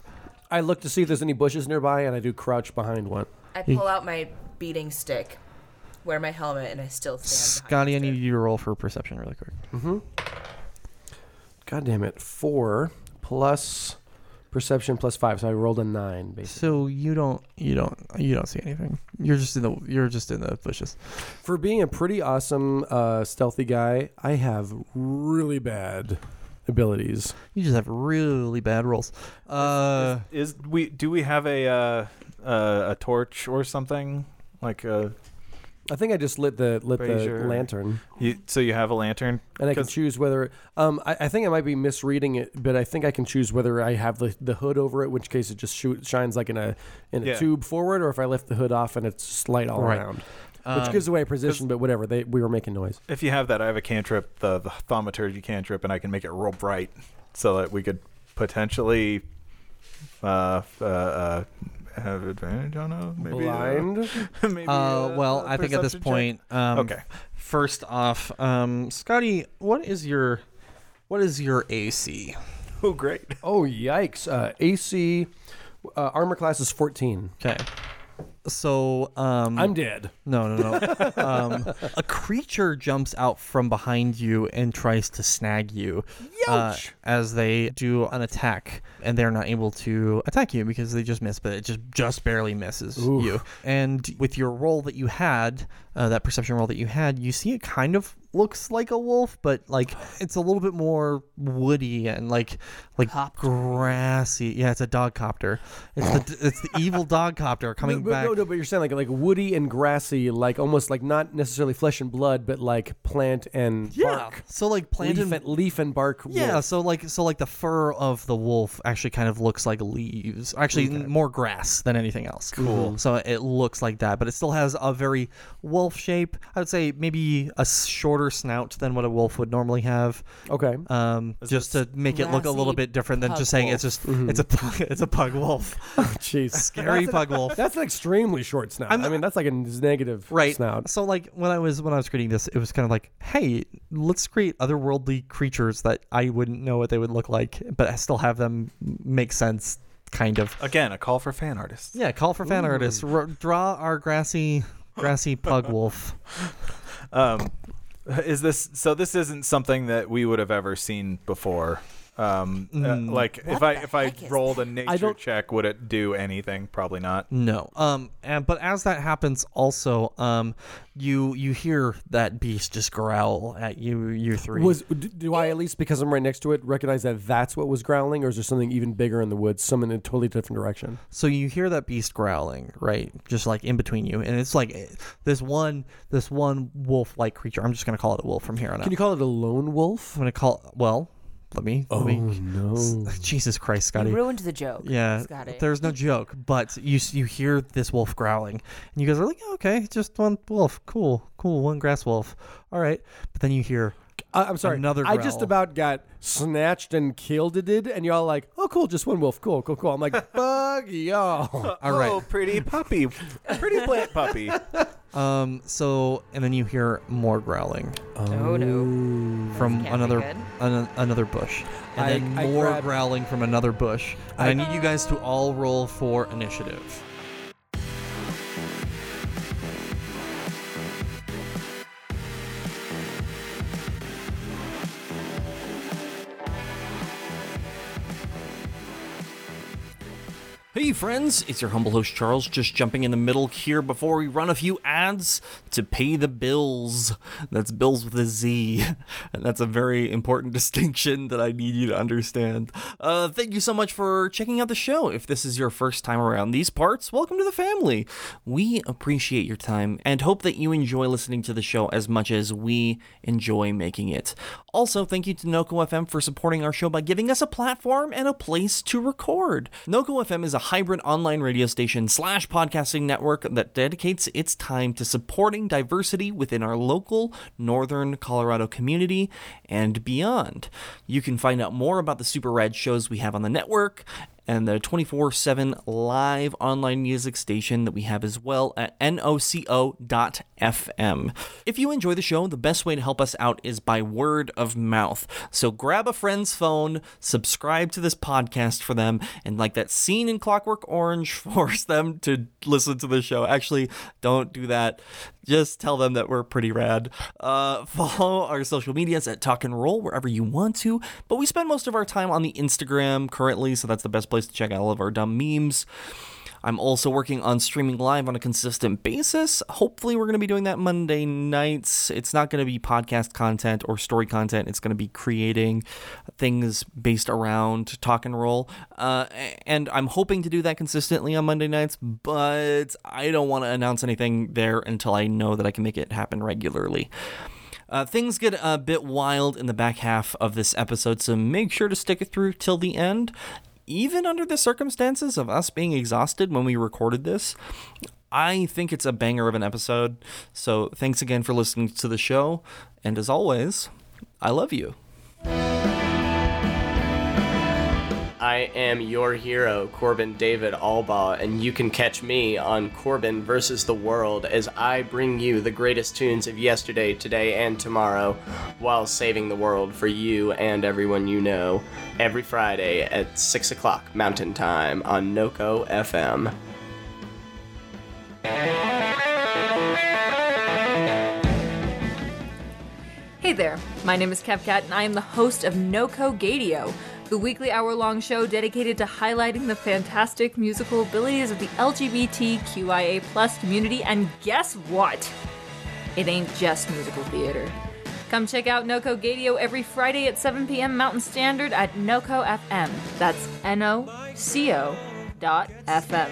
S5: I look to see if there's any bushes nearby, and I do crouch behind one.
S6: I pull out my beating stick, wear my helmet, and I still stand. behind
S4: Scotty, I
S6: Bustard.
S4: need you to roll for perception really quick.
S5: Mm-hmm. God damn it! Four plus perception plus five, so I rolled a nine. Basically,
S4: So you don't, you don't, you don't see anything. You're just in the, you're just in the bushes.
S5: for being a pretty awesome uh, stealthy guy, I have really bad abilities.
S4: You just have really bad rolls. Uh,
S1: Is we do we have a uh, uh, a torch or something like uh, a
S5: I think I just lit the lit
S1: Brazier.
S5: the lantern.
S1: you, so you have a lantern
S5: And I can
S1: 'Cause-
S5: choose whether um, I, I think I might be misreading it, but I think I can choose whether I have the, the hood over it, which case it just shoot, shines like in a in a
S1: Yeah.
S5: tube forward, or if I lift the hood off and it's light all
S4: Right.
S5: around,
S4: um,
S5: which gives away position. But whatever, they we were making noise.
S1: If you have that, I have a cantrip, the, the thaumaturgy cantrip, and I can make it real bright so that we could potentially uh, uh, uh, have advantage on a maybe.
S5: Blind.
S1: Uh, maybe
S4: Uh,
S1: a-
S4: well,
S1: a
S4: I think at this
S1: perception
S4: point,
S1: check.
S4: um,
S1: Okay.
S4: First off, um, Scotty, what is your, what is your AC?
S1: Oh, great.
S5: Oh yikes! Uh, AC uh, armor class is fourteen.
S4: Okay. So, um,
S5: I'm dead.
S4: No, no, no. um, a creature jumps out from behind you and tries to snag you uh, as they do an attack, and they're not able to attack you because they just miss, but it just just barely misses you. And with your roll that you had, uh, that perception roll that you had, you see it kind of looks like a wolf, but like it's a little bit more woody and like like grassy. Yeah, it's a dog copter. It's the it's the evil dog copter coming
S5: But-
S4: back.
S5: No, no, but you're saying like like woody and grassy, like almost like not necessarily flesh and blood, but like plant and bark,
S4: Ah. So like plant
S5: leaf
S4: and
S5: and, leaf and bark.
S4: yeah.
S5: wolf.
S4: So like so like the fur of the wolf actually kind of looks like leaves. Actually, more grass than anything else. Cool. So it looks like that, but it still has a very wolf shape. I would say maybe a s- shorter snout than what a wolf would normally have.
S5: Okay.
S4: Um, just to make it look a little
S6: grassy
S4: bit different than
S6: pug
S4: just saying
S6: wolf?
S4: it's just it's a pug, it's a pug wolf,
S5: Jeez.
S4: scary pug wolf.
S5: That's an extremely short snout. i mean, that's like a negative
S4: right
S5: snout.
S4: so like when i was when i was creating this it was kind of like hey let's create otherworldly creatures that i wouldn't know what they would look like but i still have them make sense kind of
S1: Again, a call for fan artists.
S4: yeah call for fan artists R- draw our grassy grassy pug wolf
S1: Um, is this so? This isn't something that we would have ever seen before. Um, uh, like if I if I
S6: heck is
S1: rolled a nature
S5: don't-
S1: check, would it do anything? Probably not.
S4: no um and but as that happens also um you you hear that beast just growl at you you three
S5: Was d- do I at least because I'm right next to it recognize that that's what was growling, or is there something even bigger in the woods, some in a totally different direction?
S4: So you hear that beast growling, right? Just like in between you, and it's like eh, this one, this one wolf-like creature. I'm just gonna call it a wolf from here on out.
S5: Can you call it a lone wolf?
S4: I'm gonna call. Well, let me. Oh let me,
S5: No.
S4: Jesus Christ, Scotty.
S6: You ruined the joke.
S4: yeah,
S6: Scotty.
S4: there's no joke, but you s- you hear this wolf growling, and you guys are like, "Oh, okay, just one wolf, cool, cool, one grass wolf, all right. But then you hear,
S5: I, I'm sorry.
S4: Another
S5: I just
S4: growl.
S5: about got snatched and killed. Did and y'all like, oh cool, just one wolf, cool, cool, cool. I'm like, bug y'all.
S4: all right,
S5: Oh.
S1: Oh, pretty puppy, pretty plant puppy.
S4: Um, so, and then you hear more growling
S5: Oh, no.
S4: from
S6: be
S4: another
S6: good.
S4: an, another bush, and
S5: I-
S4: then
S5: I
S4: more
S5: grab-
S4: growling from another bush. And I, need you guys to all roll for initiative.
S7: Hey friends, it's your humble host Charles, just jumping in the middle here before we run a few ads to pay the bills. That's bills with a Z, and that's a very important distinction that I need you to understand. Uh, thank you so much for checking out the show. If this is your first time around these parts, welcome to the family. We appreciate your time and hope that you enjoy listening to the show as much as we enjoy making it. Also, thank you to Noco FM for supporting our show by giving us a platform and a place to record. Noco FM is a hybrid online radio station slash podcasting network that dedicates its time to supporting diversity within our local northern Colorado community and beyond. You can find out more about the super rad shows we have on the network and the 24 7 live online music station that we have as well at noco.fm. If you enjoy the show, the best way to help us out is by word of mouth. So grab a friend's phone, subscribe to this podcast for them, and like that scene in Clockwork Orange, force them to listen to the show. Actually, don't do that. Just tell them that we're pretty rad. Uh, follow our social medias at Talk and Roll wherever you want to, but we spend most of our time on the Instagram currently, so that's the best place to check out all of our dumb memes. I'm also working on streaming live on a consistent basis. Hopefully, we're going to be doing that Monday nights. It's not going to be podcast content or story content. It's going to be creating things based around talk and roll. Uh, and I'm hoping to do that consistently on Monday nights, but I don't want to announce anything there until I know that I can make it happen regularly. Uh, things get a bit wild in the back half of this episode, so make sure to stick it through till the end. Even under the circumstances of us being exhausted when we recorded this, I think it's a banger of an episode. So thanks again for listening to the show. And as always, I love you.
S8: I am your hero, Corbin David Albaugh, and you can catch me on Corbin versus the World as I bring you the greatest tunes of yesterday, today, and tomorrow while saving the world for you and everyone you know every Friday at 6 o'clock Mountain Time on NOCO FM.
S9: Hey there, my name is KevCat, and I am the host of NoCo Gadio, the weekly hour long show dedicated to highlighting the fantastic musical abilities of the LGBTQIA community. And guess what? It ain't just musical theater. Come check out NoCo Gadio every Friday at 7 p.m. Mountain Standard at NoCo FM. That's N O C O dot FM.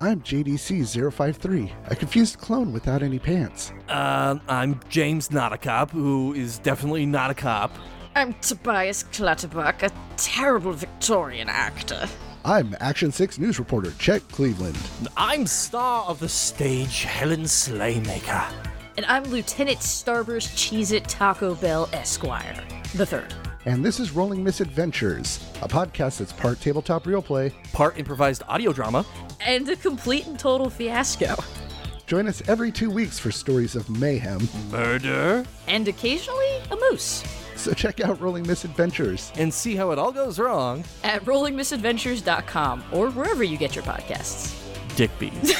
S10: I'm JDC053, a confused clone without any pants.
S11: Um, I'm James, not a cop, who is definitely not a cop.
S12: I'm Tobias Clutterbuck, a terrible Victorian actor.
S10: I'm Action 6 news reporter Chet Cleveland.
S11: I'm star of the stage, Helen Slaymaker.
S12: And I'm Lieutenant Starburst Cheez It Taco Bell Esquire, the third.
S10: And this is Rolling Misadventures, a podcast that's part tabletop role play.
S11: Part improvised audio drama.
S12: And a complete and total fiasco.
S10: Join us every two weeks for stories of mayhem.
S11: Murder.
S12: And occasionally, a moose.
S10: So check out Rolling Misadventures.
S11: And see how it all goes wrong.
S12: At rollingmisadventures.com or wherever you get your podcasts.
S11: Dick bees.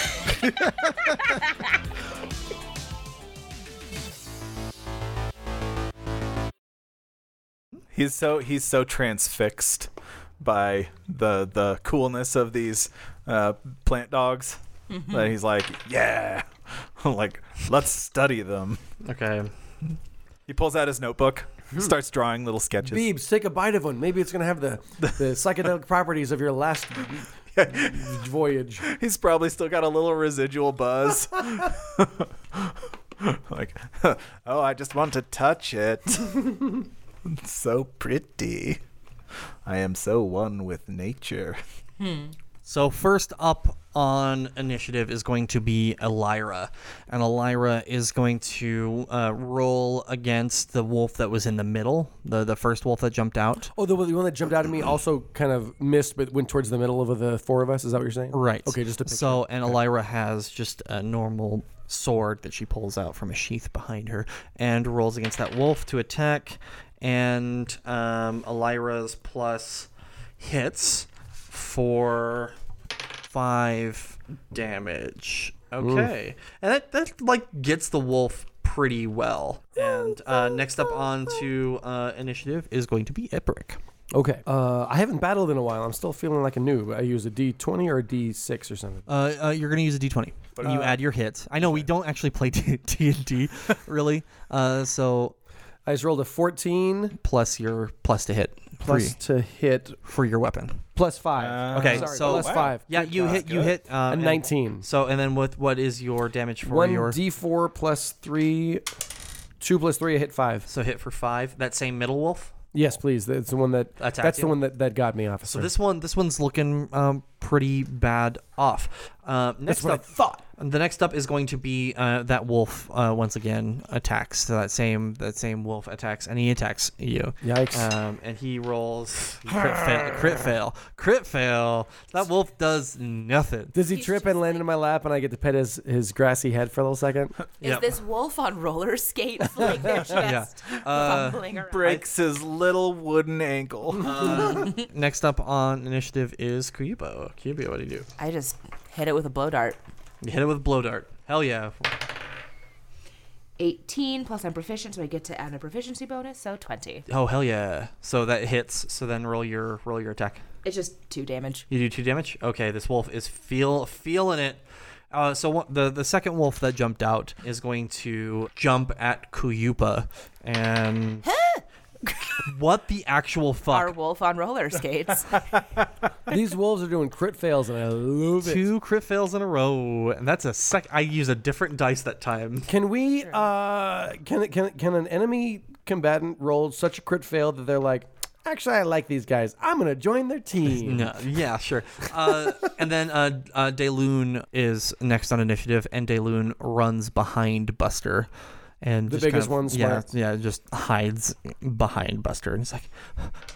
S1: He's so he's so transfixed by the the coolness of these uh, plant dogs that he's like, yeah, like let's study them.
S4: Okay.
S1: He pulls out his notebook, starts drawing little sketches.
S5: Beebs, take a bite of one. Maybe it's gonna have the, the psychedelic properties of your last voyage.
S1: He's probably still got a little residual buzz. like, oh, I just want to touch it. It's so pretty. I am so one with nature.
S4: So first up on initiative is going to be Elira, and Elira is going to uh, roll against the wolf that was in the middle, the the first wolf that jumped out.
S5: Oh, the, one- the one that jumped out at me also kind of missed, but went towards the middle of the four of us. Is that what you're saying?
S4: Right.
S5: Okay, just a picture.
S4: So, and Elira has just a normal sword that she pulls out from a sheath behind her and rolls against that wolf to attack. And um, Elira's plus hits for five damage. Okay. And that, that, like, gets the wolf pretty well. And uh, next up on to uh, initiative is going to be Iperic.
S5: Okay. Uh, I haven't battled in a while. I'm still feeling like a noob. I use a D20 or a D6 or something.
S4: Uh, uh, you're gonna use a d20.
S5: But,
S4: you
S5: uh,
S4: add your hit. I know we don't actually play D and D, really. Uh, so
S5: I just rolled a 14
S4: plus your plus to hit.
S5: Plus to hit
S4: for your weapon.
S5: Plus five.
S4: okay,
S5: Ah. Sorry,
S4: so
S5: plus five.
S4: Yeah,
S5: Oh, Good
S4: you
S5: God.
S4: hit. You hit uh,
S5: a
S4: and-
S5: 19.
S4: so and then with what is your damage for
S5: One
S4: your
S5: D4 plus three, two plus three. I hit five.
S4: So hit for five. That same middle wolf.
S5: Yes, please. That's the one that.
S4: Attacked
S5: that's the
S4: you?
S5: one that, that got me, officer.
S4: So this one, this one's looking um, pretty bad off. Uh, next
S5: what I
S4: up, The next up is going to be uh, that wolf uh, once again attacks. So that same that same wolf attacks, and he attacks you.
S5: Yikes.
S4: Um, and he rolls crit fail, crit fail, crit fail. That wolf does nothing.
S5: Does he trip and land in my lap, and I get to pet his, his grassy head for a little second?
S6: Is this wolf on roller skates like their chest fumbling around?
S1: breaks his little wooden ankle.
S4: Um, next up on initiative is Kuyubo. Kuyubo, what do you do?
S6: I just hit it with a blow dart.
S4: You hit it with a blow dart. Hell yeah.
S6: 18 plus I'm proficient, so I get to add a proficiency bonus, so 20.
S4: Oh hell yeah. So that hits. So then roll your roll your attack.
S6: It's just two damage.
S4: You do two damage. Okay, this wolf is feel feeling it. Uh, so one, the the second wolf that jumped out is going to jump at Kuyupa and what the actual fuck?
S6: Our wolf on roller skates.
S5: These wolves are doing crit fails, and I love it.
S4: Two crit fails in a row, and that's a sec. I use a different dice that time.
S5: Can we? Uh, can can can an enemy combatant roll such a crit fail that they're like, actually, I like these guys. I'm gonna join their team.
S4: No, yeah, sure. Uh, and then uh, uh, Dayloon is next on initiative, and Dayloon runs behind Buster, and
S5: The
S4: just kind
S5: biggest
S4: of-
S5: one,
S4: Yeah,
S5: smart.
S4: yeah, just hides behind Buster, and it's like,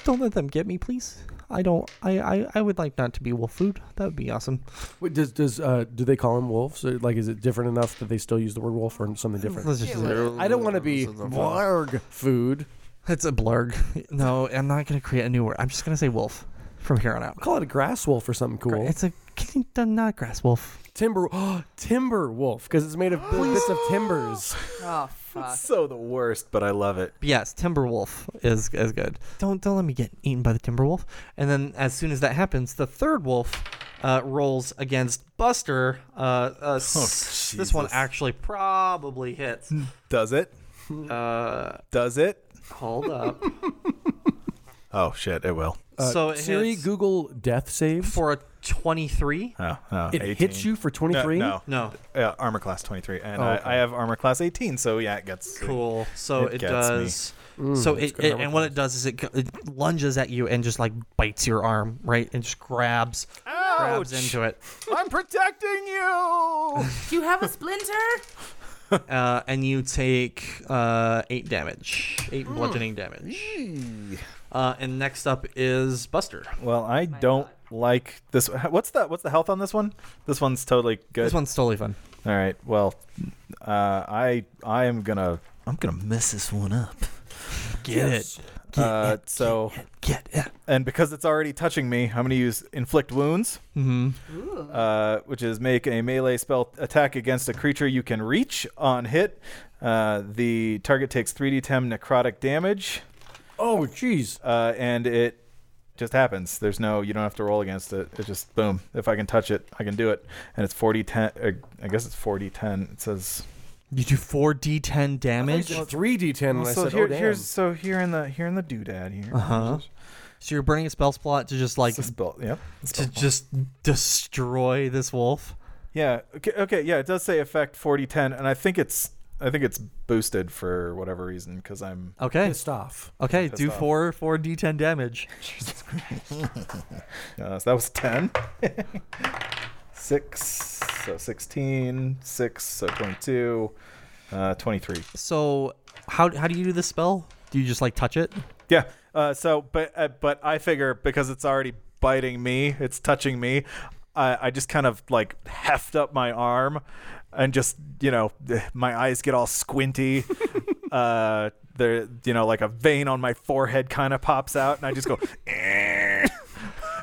S4: don't let them get me, please. I don't. I I, I would like not to be wolf food. That would be awesome.
S5: Wait, does does uh, do they call them wolves? Or, Like, is it different enough that they still use the word wolf or something different?
S4: Let's just-
S5: I don't want to be blarg food.
S4: It's a blurg. No, I'm not gonna create a new word. I'm just gonna say wolf from here on out.
S5: Call it a grass wolf or something cool.
S4: It's a not a grass wolf.
S5: timber timber wolf because it's made of bits of timbers.
S6: oh, fuck.
S1: so the worst, but I love it.
S4: Yes, Timberwolf is is good. Don't don't let me get eaten by the Timberwolf. And then as soon as that happens, the third wolf uh, rolls against Buster. Uh, uh, s- this one
S1: Oh, Jesus. Hmm.
S4: actually probably hits.
S1: Does it?
S4: Uh,
S1: Does it?
S4: hold up.
S1: Oh shit, it will.
S4: so it
S5: Uh, Siri,
S4: hits
S5: Google death save.
S4: for a twenty-three.
S1: Oh, oh,
S5: It
S1: 18.
S5: hits you for 23?
S1: No,
S4: No.
S1: Yeah, armor class 23, and
S5: Oh, okay.
S1: I, I have armor class 18, so yeah, it gets
S4: Cool. So
S1: It
S4: it,
S1: gets me.
S4: does. so
S5: that's
S4: it,
S5: good
S4: it-
S5: armor
S4: and what it does is it, go- it lunges at you and just like bites your arm right and just grabs grabs
S1: Ouch.
S4: into it.
S1: I'm protecting you.
S6: Do you have a splinter?
S4: uh, and you take uh, eight damage, eight
S1: Hmm.
S4: bludgeoning damage. Uh, and next up is Buster.
S1: Well, I don't like this. What's the what's the health on this one? This one's totally good.
S4: This one's totally fun.
S1: All right. Well, uh, I I am gonna I'm gonna mess this one up.
S4: Get it. Get
S1: uh,
S4: it.
S1: so
S4: Get it.
S1: and because it's already touching me, I'm gonna use inflict wounds,
S4: hmm
S1: uh, which is make a melee spell attack against a creature you can reach on hit. Uh, the target takes 3d10 necrotic damage,
S5: Oh, jeez.
S1: uh, and it just happens. There's no you don't have to roll against it. It just boom. If I can touch it, I can do it. And it's 4d10. Uh, I guess it's 4d10. It says
S4: You do four d10 damage.
S5: Three D10 when I
S1: so
S5: said,
S1: here,
S5: oh, damn.
S1: here's so here in the here in the doodad here.
S4: Uh-huh. So you're burning a spell slot to just like
S1: It's a spell. Yep.
S4: to just destroy this wolf.
S1: Yeah. Okay. Okay. Yeah. It does say effect forty ten, and I think it's I think it's boosted for whatever reason because I'm
S4: Okay. Okay,
S1: Pissed
S4: do
S1: off.
S4: four four d10 damage.
S1: Uh, so that was 10. 6, so 16, 6, so 22, uh, 23.
S4: So, how how do you do the spell? Do you just like touch it?
S1: Yeah. Uh, so, but uh, but I figure because it's already biting me, it's touching me. I, I just kind of like heft up my arm, and just you know, my eyes get all squinty. uh, there, you know, like a vein on my forehead kind of pops out, and I just go.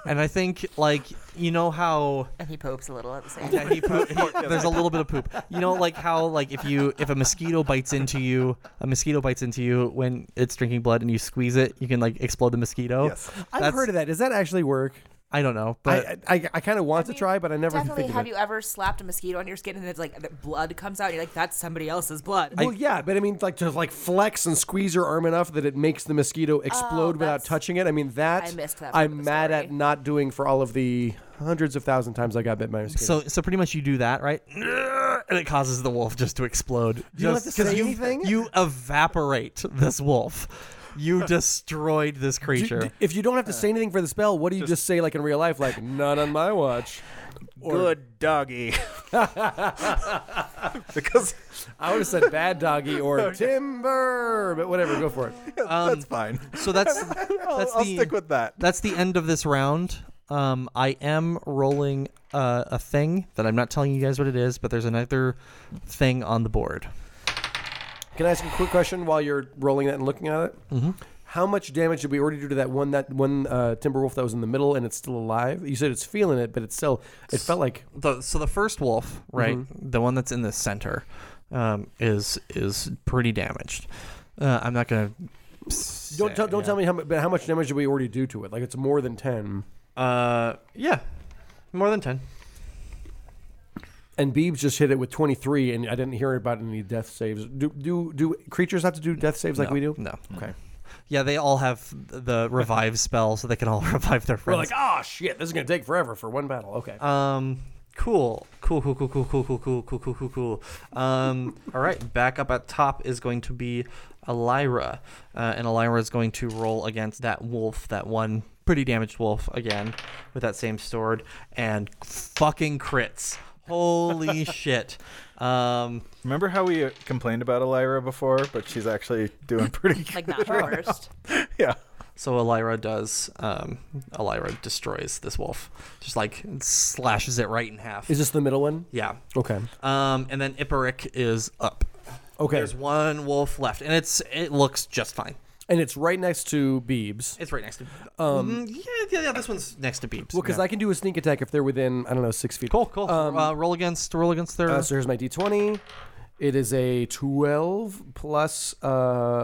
S4: And I think like you know how
S6: And he poops a little at the same
S4: Yeah,
S6: time.
S4: he poop. he- there's a little bit of poop. You know, like how like if you if a mosquito bites into you, a mosquito bites into you when it's drinking blood, and you squeeze it, you can like explode the mosquito. Yes,
S5: I've heard of that. Does that actually work?
S4: I don't know, but
S5: I I, I kind of want to try, but I never
S6: Definitely.
S5: think of
S6: Have
S5: it.
S6: you ever slapped a mosquito on your skin and it's like the blood comes out? And you're like, that's somebody else's blood.
S5: well, yeah, but I mean, like to like flex and squeeze your arm enough that it makes the mosquito explode without touching it. I mean, that
S6: Oh, I missed that part
S5: I'm mad at not doing for all of the hundreds of thousand times I got bit by a mosquito.
S4: so so pretty much you do that right, and it causes the wolf just to explode.
S5: You don't have
S4: Just
S5: to say
S4: you
S5: anything?
S4: you evaporate this wolf. You destroyed this
S5: Do-
S4: creature.
S5: d- if you don't have to say anything for the spell, what do you just, say like in real life? Like not on my watch.
S1: Good doggy. because
S5: I would have said bad doggy or timber, but whatever. Go for it.
S4: Um,
S1: fine.
S4: So that's that's
S1: I'll, I'll
S4: the-
S1: stick with that.
S4: That's the end of this round. Um, I am rolling uh, a thing that I'm not telling you guys what it is, but there's another thing on the board.
S5: Can I ask a quick question while you're rolling that and looking at it?
S4: Mhm.
S5: How much damage did we already do to that one that one uh, timber wolf that was in the middle and it's still alive? You said it's feeling it, but it's still it felt like
S4: the so the first wolf right?
S5: Mm-hmm.
S4: The one that's in the center um, is is pretty damaged. Uh, I'm not gonna.
S5: Don't tell, don't tell me how much, but how much damage did we already do to it? Like it's more than ten.
S4: Uh, yeah, more than ten.
S5: And Beebs just hit it with twenty three, and I didn't hear about any death saves. Do do do creatures have to do death saves like
S4: No,
S5: we do?
S4: no.
S5: Okay.
S4: Yeah, they all have the revive spell, so they can all revive their
S5: We're
S4: friends.
S5: like, oh shit, this is gonna take forever for one battle. Okay.
S4: Um, cool, cool, cool, cool, cool, cool, cool, cool, cool, cool, cool, cool. Um, all right, back up at top is going to be Elira, uh, and Elira is going to roll against that wolf, that one pretty damaged wolf again, with that same sword, and fucking crits. Holy shit! Um,
S1: Remember how we uh, complained about Elira before, but she's actually doing pretty good.
S6: Like, not the
S1: right now.
S6: worst.
S1: Yeah.
S4: So Elira does. Um, Elira destroys this wolf, just like slashes it right in half.
S5: Is this the middle one?
S4: Yeah.
S5: Okay.
S4: Um, and then Iparic is up.
S5: Okay.
S4: There's one wolf left, and it's it looks just fine.
S5: And it's right next to Beebs.
S4: It's right next to. Mm,
S5: Um,
S4: yeah, yeah, yeah. This one's next to Beebs.
S5: Well, because
S4: yeah.
S5: I can do a sneak attack if they're within I don't know six feet.
S4: Cool, cool. uh, roll against roll against their.
S5: Uh, so here's my d20. It is a 12 plus.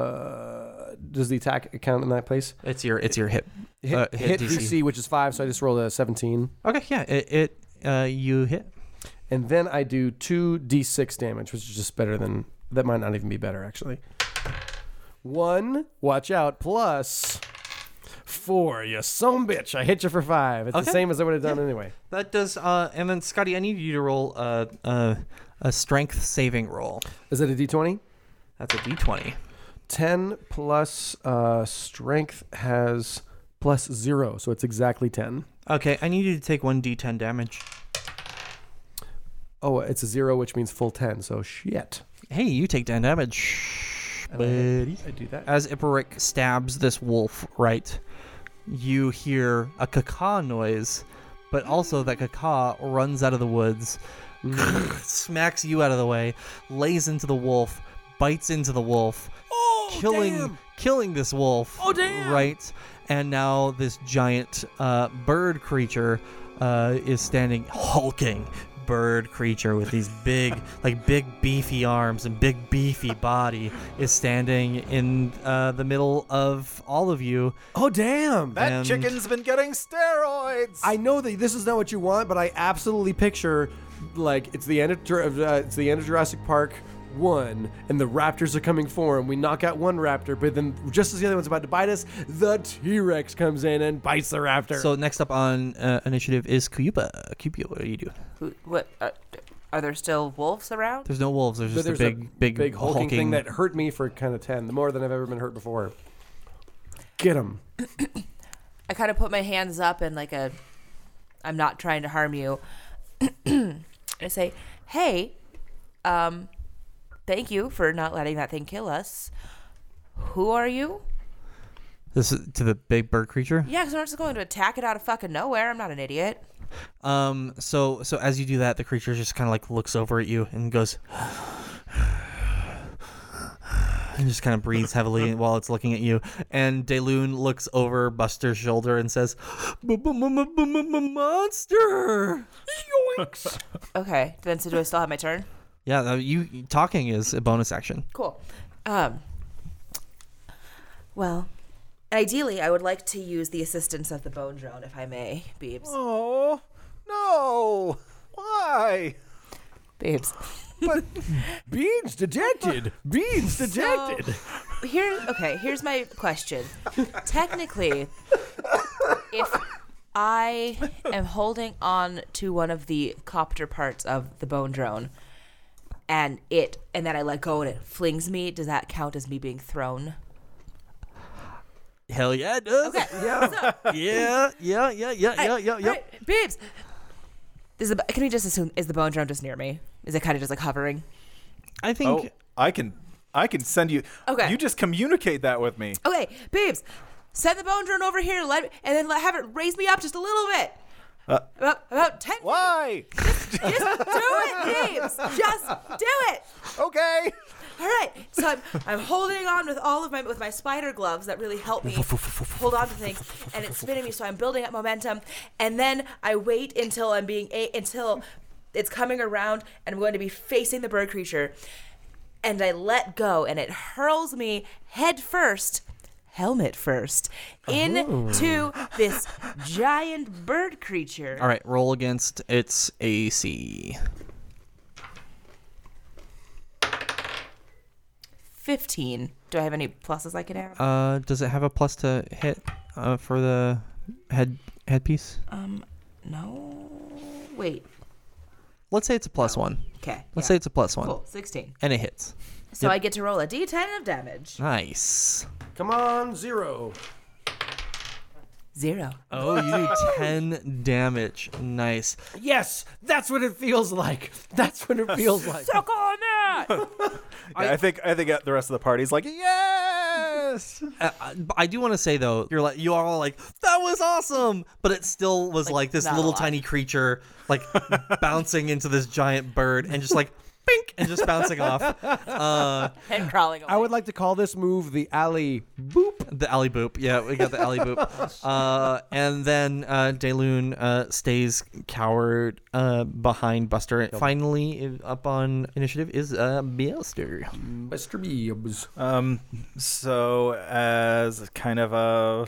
S5: Uh, does the attack count in that place?
S4: it's your it's your hit
S5: Hit,
S4: uh,
S5: hit DC. which is five, so I just rolled a 17.
S4: Okay, yeah, it, it uh, you hit.
S5: And then I do two d6 damage, which is just better than. That might not even be better, actually. One, watch out, plus four, you some bitch. I hit you for five. It's
S4: Okay.
S5: the same as I would have done anyway.
S4: That does. Uh, and then Scotty, I need you to roll uh, uh, a strength saving roll.
S5: Is it a d20?
S4: That's a d20.
S5: 10 plus uh, strength has plus zero, so it's exactly 10.
S4: Okay, I need you to take one d10 damage.
S5: Oh, it's a zero, which means full 10, so shit.
S4: Hey, you take 10 damage, buddy.
S5: I do that.
S4: As Iparic stabs this wolf, right, you hear a caca noise, but also that caca runs out of the woods, smacks you out of the way, lays into the wolf, bites into the wolf, killing killing this wolf. Oh damn! Right, and now this giant uh, bird creature uh, is standing hulking. Bird creature with these big, like big beefy arms and big beefy body is standing in uh, the middle of all of you.
S5: Oh, damn.
S1: That
S4: And-
S1: chicken's been getting steroids.
S5: I know that this is not what you want, but I absolutely picture like it's the end of Jur- uh, it's the end of Jurassic Park one, and the raptors are coming for him. We knock out one raptor, but then just as the other one's about to bite us, the T Rex comes in and bites the raptor.
S4: So next up on uh, initiative is Kuyupa. Kuyupa, what do you do?
S6: Who, what? Uh, Are there still wolves around?
S4: There's no wolves. There's
S5: But
S4: just a
S5: there's
S4: big, big,
S5: big hulking, thing
S4: hulking-
S5: that hurt me for kind of ten, the more than I've ever been hurt before. Get him.
S6: I kind of put my hands up in like a, I'm not trying to harm you. I say, hey, um, thank you for not letting that thing kill us. Who are you?
S4: This is to the big bird creature.
S6: Yeah, because I'm not just going to attack it out of fucking nowhere. I'm not an idiot.
S4: Um. So so as you do that, the creature just kind of like looks over at you and goes, and just kind of breathes heavily while it's looking at you. And Dayloon looks over Buster's shoulder and says, "Monster."
S6: Okay, then so do I still have my turn?
S4: Yeah. no, You talking is a bonus action.
S6: Cool. Um, well, ideally, I would like to use the assistance of the bone drone, if I may, Beebs.
S1: Oh, no. Why?
S6: Babes.
S1: But
S5: Beans dejected. Beans dejected.
S6: So, here, okay. Here's my question. Technically, if I am holding on to one of the copter parts of the bone drone, and it, and then I let go and it flings me, does that count as me being thrown?
S4: Hell yeah, it does.
S6: Yeah.
S4: yeah. Yeah. Yeah. Yeah. Yeah. Yeah. Yeah.
S6: Right, babes. Is the, can we just assume is the bone drone just near me? Is it kind of just like hovering?
S4: I
S1: Oh, I can I can send you.
S6: Okay.
S1: You just communicate that with me.
S6: Okay, babes, send the bone drone over here, let and then let, have it raise me up just a little bit.
S1: Uh,
S6: About, about ten.
S1: Why?
S6: Just, just do it, babes. Just do it.
S1: Okay.
S6: All right. So I'm, I'm holding on with all of my with my spider gloves that really help me hold on to things, and it's spinning me. So I'm building up momentum, and then I wait until I'm being a- until it's coming around, and I'm going to be facing the bird creature, and I let go, and it hurls me head first. Helmet first into this giant bird creature.
S4: Oh. All right. Roll against its AC.
S6: 15. Do I have any pluses I can add?
S4: Uh, does it have a plus to hit uh, for the head headpiece?
S6: Um, no. Wait.
S4: Let's say it's a plus one.
S6: Okay,
S4: Let's
S6: yeah.
S4: say it's a plus one.
S6: Cool, 16.
S4: And it hits.
S6: So
S4: Yep.
S6: I get to roll a d10 of damage.
S4: Nice.
S5: Come on, zero.
S6: Zero.
S4: Oh, you do ten damage. Nice.
S5: Yes, that's what it feels like. That's what it feels like.
S6: Suck on that!
S1: Yeah, I, think I think the rest of the party's like, yes.
S4: Uh, I- but I do want to say though, you're like you are all like that was awesome, but it still was like, this
S6: not a
S4: little
S6: lot.
S4: tiny creature like bouncing into this giant bird and just like bink and just bouncing off. Uh,
S6: and crawling away.
S5: I would like to call this move the alley boop.
S4: The alley boop. Yeah, we got the alley boop. Uh, and then uh, Dayloon uh, stays cowered uh, behind Buster. Finally, i- up on initiative is uh, Buster.
S5: Mr. Beebs.
S1: Um. So as kind of a,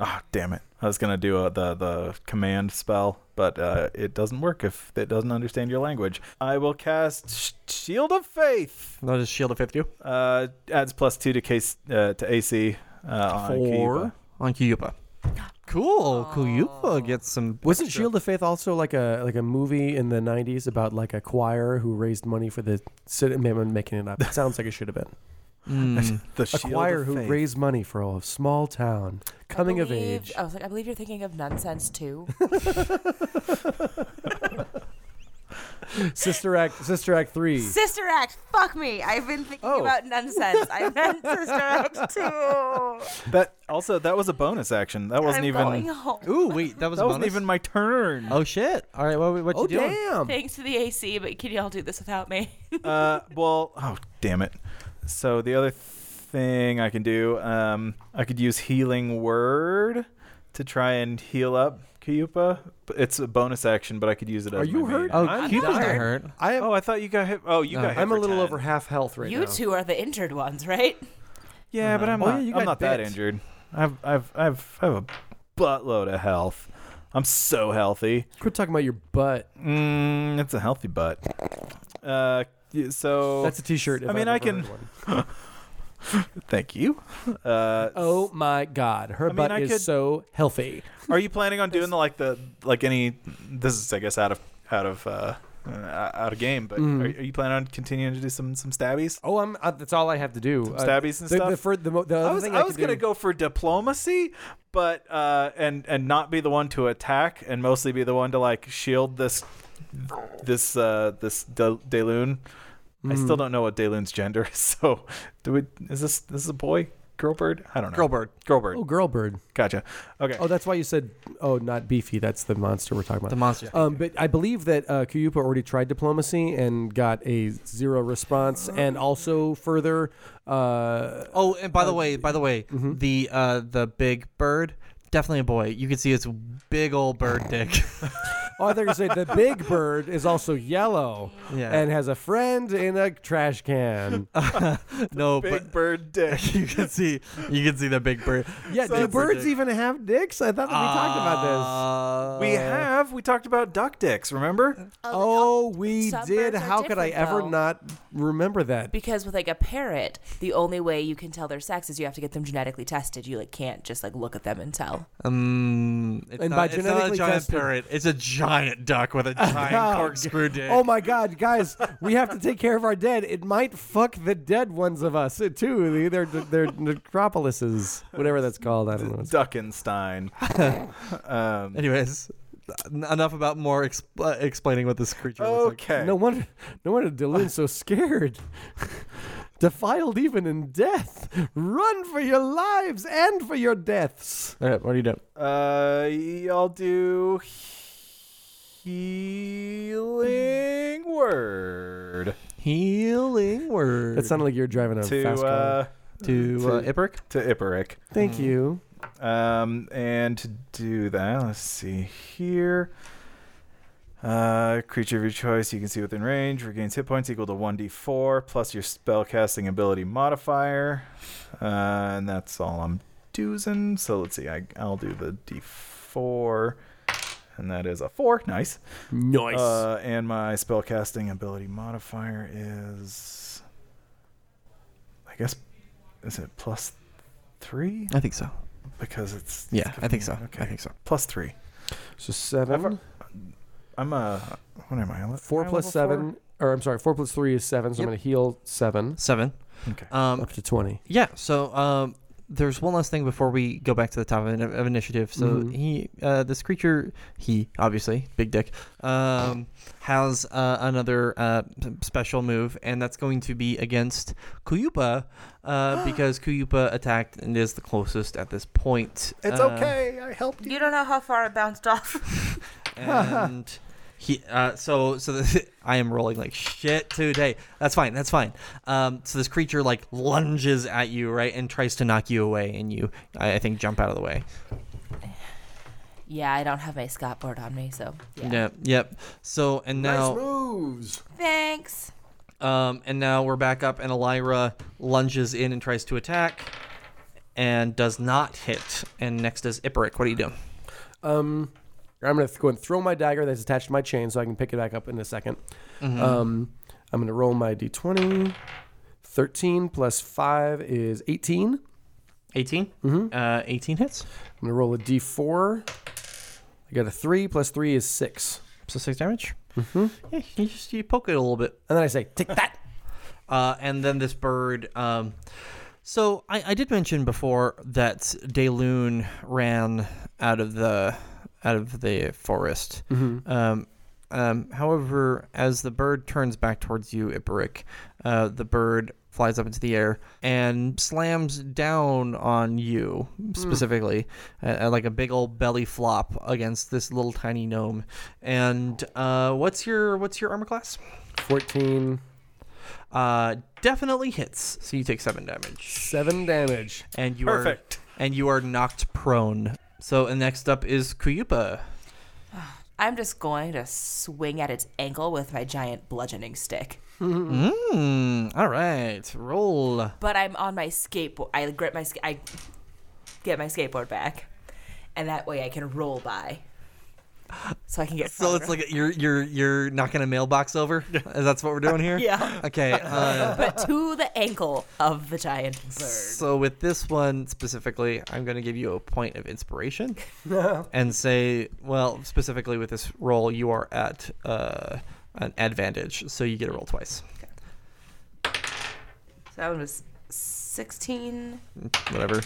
S1: ah, damn it! I was gonna do a, the the command spell, but uh, it doesn't work if it doesn't understand your language. I will cast Sh- Shield of Faith.
S4: What does Shield of Faith do?
S1: Uh, adds plus two to case uh, to AC. Uh, on Kyuuba.
S4: On Kyupa. Cool. Kyupa gets some.
S5: Wasn't Shield of Faith also like a like a movie in the '90s about like a choir who raised money for the city? Maybe I'm making it up. It sounds like it should have been
S4: Mm.
S1: The
S5: a
S1: Shield
S5: choir
S1: of
S5: Hmm. who
S1: Faith.
S5: raised money for a small town coming
S6: I
S5: of
S6: believe-
S5: age.
S6: I was like, I believe you're thinking of nonsense too.
S5: Sister Act, Sister Act Three.
S6: Sister Act, fuck me. I've been thinking
S5: Oh.
S6: about nonsense. I meant Sister Act too.
S1: That also that was a bonus action. That wasn't
S6: I'm
S1: even
S6: going home.
S4: Ooh, wait, that was
S1: that
S4: a
S1: wasn't
S4: bonus?
S1: even my turn.
S4: Oh shit! All right, what, what you
S5: Oh
S4: doing?
S5: damn!
S6: Thanks to the AC, but can y'all do this without me?
S1: uh, well, oh damn it. So the other thing I can do, um, I could use healing word to try and heal up Kyupa. But It's a bonus action, but I could use it.
S5: Are
S1: as
S5: you
S1: my main-
S5: hurt?
S4: Oh,
S5: I'm
S4: Kyupa's not
S5: dying.
S4: hurt.
S5: I am,
S1: Oh, I thought you got hit. Oh, you
S4: No.
S1: got hit.
S5: I'm a
S1: for
S5: little
S1: 10.
S5: over half health right
S6: you
S5: now.
S6: two are the injured ones, right?
S1: Yeah, but I'm
S5: Oh,
S1: not.
S5: yeah, you
S1: I'm
S5: got
S1: not that
S5: bit.
S1: injured. I've I've I've I have a buttload of health. I'm so healthy.
S5: Quit talking about your butt.
S1: Mm, it's a healthy butt. Uh, y- so
S5: That's a T-shirt. if
S1: I mean,
S5: I've
S1: I
S5: ever
S1: can-
S5: heard one.
S1: thank you. Uh,
S5: Oh my God, her
S1: mean,
S5: butt
S1: I
S5: is
S1: could-
S5: so healthy.
S1: Are you planning on doing the, like the like any? This is I guess out of out of uh, uh, out of game. But
S5: Mm.
S1: are, are you planning on continuing to do some some stabbies?
S5: Oh, I'm. Uh, that's all I have to do.
S1: Some
S5: Uh,
S1: stabbies and
S5: the,
S1: stuff.
S5: The, fir- the, mo- the
S1: I
S5: other
S1: was
S5: thing
S1: I was
S5: going
S1: gonna
S5: to
S1: go for diplomacy, but uh, and and not be the one to attack, and mostly be the one to like shield this this uh, this De- Delune. I still
S5: Hmm.
S4: Mm.
S1: don't know what Delune's gender is. So do we? Is this this is a boy? Girl bird? I don't know.
S4: Girl bird.
S1: Girl bird.
S5: Oh, girl bird.
S1: Gotcha. Okay.
S5: Oh, that's why you said, oh, not beefy. That's the monster we're talking about.
S4: The monster.
S5: Um, but I believe that uh, Kuyupa already tried diplomacy and got a zero response, and also further. Uh,
S4: Oh, and by the way, by the way, the uh the big bird, definitely a boy. You can see its big old bird dick.
S5: oh, I thought you were saying the big bird is also yellow
S4: Yeah.
S5: and has a friend in a trash can.
S4: no,
S1: Big
S4: but
S1: bird dick.
S4: you can see you can see the big bird.
S5: yeah,
S1: So
S5: do
S1: it's a
S5: birds
S4: dick.
S5: even have dicks? I thought that we talked about this.
S4: Uh,
S1: we have we talked about duck dicks. Remember?
S5: Oh, we
S6: some
S5: did.
S6: birds are
S5: How could I
S6: different,
S5: ever
S6: though.
S5: not remember that?
S6: because with like a parrot, the only way you can tell their sex is you have to get them genetically tested. You like can't just like look at them and tell.
S4: Um, it's
S5: And
S4: not,
S5: by
S4: it's not
S5: genetically
S4: a giant
S5: tested-
S4: parrot. It's a giant duck with a giant corkscrew dick.
S5: Oh my God, guys, we have to take care of our dead. It might fuck the dead ones of us uh, too. They're they're necropolises, whatever that's called. I don't know. It's-
S1: Duckenstein. um,
S4: Anyways, n- enough about more expl- explaining what this creature looks
S1: okay.
S5: No wonder, no wonder Delil's so scared. Defiled even in death. Run for your lives and for your deaths. All right, what are you doing?
S1: Uh, I'll do healing word
S4: like. Healing word.
S5: That sounded like you're driving a
S1: to
S5: fast car.
S1: uh,
S4: to uh,
S1: to-
S4: Iperic.
S1: to Iperic.
S5: Thank you.
S1: Um, and to do that, let's see here. Uh, creature of your choice you can see within range regains hit points equal to 1d4 plus your spellcasting ability modifier. Uh, and that's all I'm doing. So let's see, I, I'll do the d4, and that is a 4. Nice.
S5: Nice.
S1: Uh, and my spellcasting ability modifier is, I guess, is it plus three?
S4: I think so.
S1: Because it's
S4: Yeah, I think so.
S1: Okay.
S4: I think so.
S1: plus three.
S5: So
S1: I've-
S5: seven,
S1: I'm a what am I? Le-
S5: four
S1: am I
S5: plus
S1: level
S5: seven, or I'm sorry, four plus three is seven. So
S4: Yep.
S5: I'm gonna heal seven
S4: Seven.
S1: Okay.
S4: Um,
S5: up to twenty.
S4: Yeah. So um, there's one last thing before we go back to the top of, in- of initiative. So
S5: Mhm.
S4: he, uh, this creature, he obviously big dick, um, has uh, another uh, p- special move, and that's going to be against Kuyupa, uh, because Kuyupa attacked and is the closest at this point.
S1: It's
S4: Uh,
S1: okay. I helped you.
S6: You don't know how far it bounced off.
S4: and he uh, so so the, I am rolling like shit today. That's fine. That's fine. Um, so this creature like lunges at you right and tries to knock you away, and you I, I think jump out of the way.
S6: yeah, I don't have my Scott board on me, so yeah.
S4: Yep. Yep. So and now
S5: moves.
S6: Thanks.
S4: um, and now we're back up, and Elira lunges in and tries to attack. And does not hit. And next is Iperic. What are you doing?
S5: Um, I'm gonna th- go and throw my dagger that's attached to my chain, so I can pick it back up in a 2nd
S4: Mm-hmm.
S5: Um, I'm gonna roll my d20. Thirteen plus five is eighteen.
S4: 18? Uh, 18 hits.
S5: I'm gonna roll a d4. I got a three plus three is six,
S4: So six damage. Mm-hmm. Yeah, you just you poke it a little bit.
S5: and then I say, "Take that."
S4: Uh, and then this bird. Um, so I, I did mention before that Dayloon ran out of the out of the forest. Um, um, however, as the bird turns back towards you, Iperic, uh, the bird flies up into the air and slams down on you specifically, uh, uh, like a big old belly flop against this little tiny gnome. And uh, what's your what's your armor class?
S5: Fourteen,
S4: Uh, definitely hits. So you take seven damage,
S5: seven damage.
S4: and you
S1: Perfect.
S4: are and you are knocked prone. So and next up is Kuyupa.
S6: I'm just going to swing at its ankle with my giant bludgeoning stick.
S4: Mm, all right, roll.
S6: But I'm on my skateboard. I grip my sk- I get my skateboard back, and that way I can roll by, so I can get.
S4: So
S6: farther.
S4: it's like you're you're you're knocking a mailbox over. That's what we're doing here.
S6: Yeah.
S4: Okay. Uh,
S6: but to the ankle of the giant bird.
S4: so with this one specifically, I'm going to give you a point of inspiration, and say, well, specifically with this roll, you are at uh, an advantage, so you get to roll twice.
S6: So that one was 16
S4: Whatever.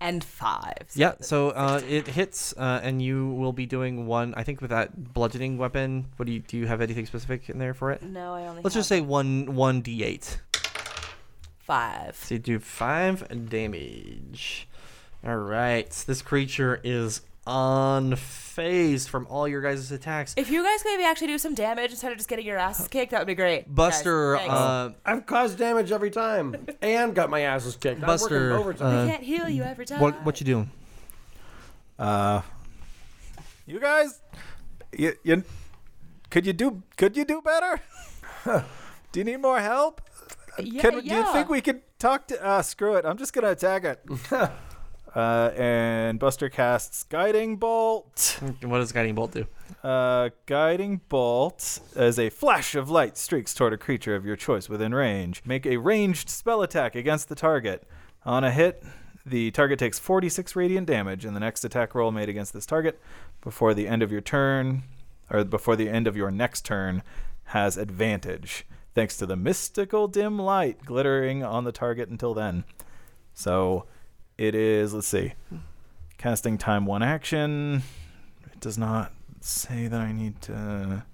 S6: and 5.
S4: Yeah, so uh, it hits, uh, and you will be doing one. I think with that bludgeoning weapon. What do you do? You have anything specific in there for it?
S6: No, I only
S4: Let's just say one one d8.
S6: 5.
S4: So you do five damage. All right, this creature is unfazed from all your guys' attacks.
S6: If you guys could maybe actually do some damage instead of just getting your asses kicked, that would be great.
S4: Buster,
S6: Guys, thanks.
S4: uh,
S5: Oh, I've caused damage every time and got my asses kicked.
S4: Buster,
S5: I'm working overtime.
S4: uh,
S6: I can't heal you every time.
S4: what what you doing?
S1: Uh, you guys, you, you, could you do could you do better? do you need more help?
S6: Yeah,
S1: Can, Do you
S6: yeah.
S1: think we could talk to? Uh, screw it. I'm just gonna attack it. uh, and Buster casts Guiding Bolt.
S4: What does Guiding Bolt do?
S1: Uh, guiding Bolt as a flash of light streaks toward a creature of your choice within range. Make a ranged spell attack against the target. On a hit, the target takes 46 radiant damage in the next attack roll made against this target before the end of your turn, or before the end of your next turn, has advantage. Thanks to the mystical dim light glittering on the target until then. So it is, let's see, casting time one action. It does not say that I need to.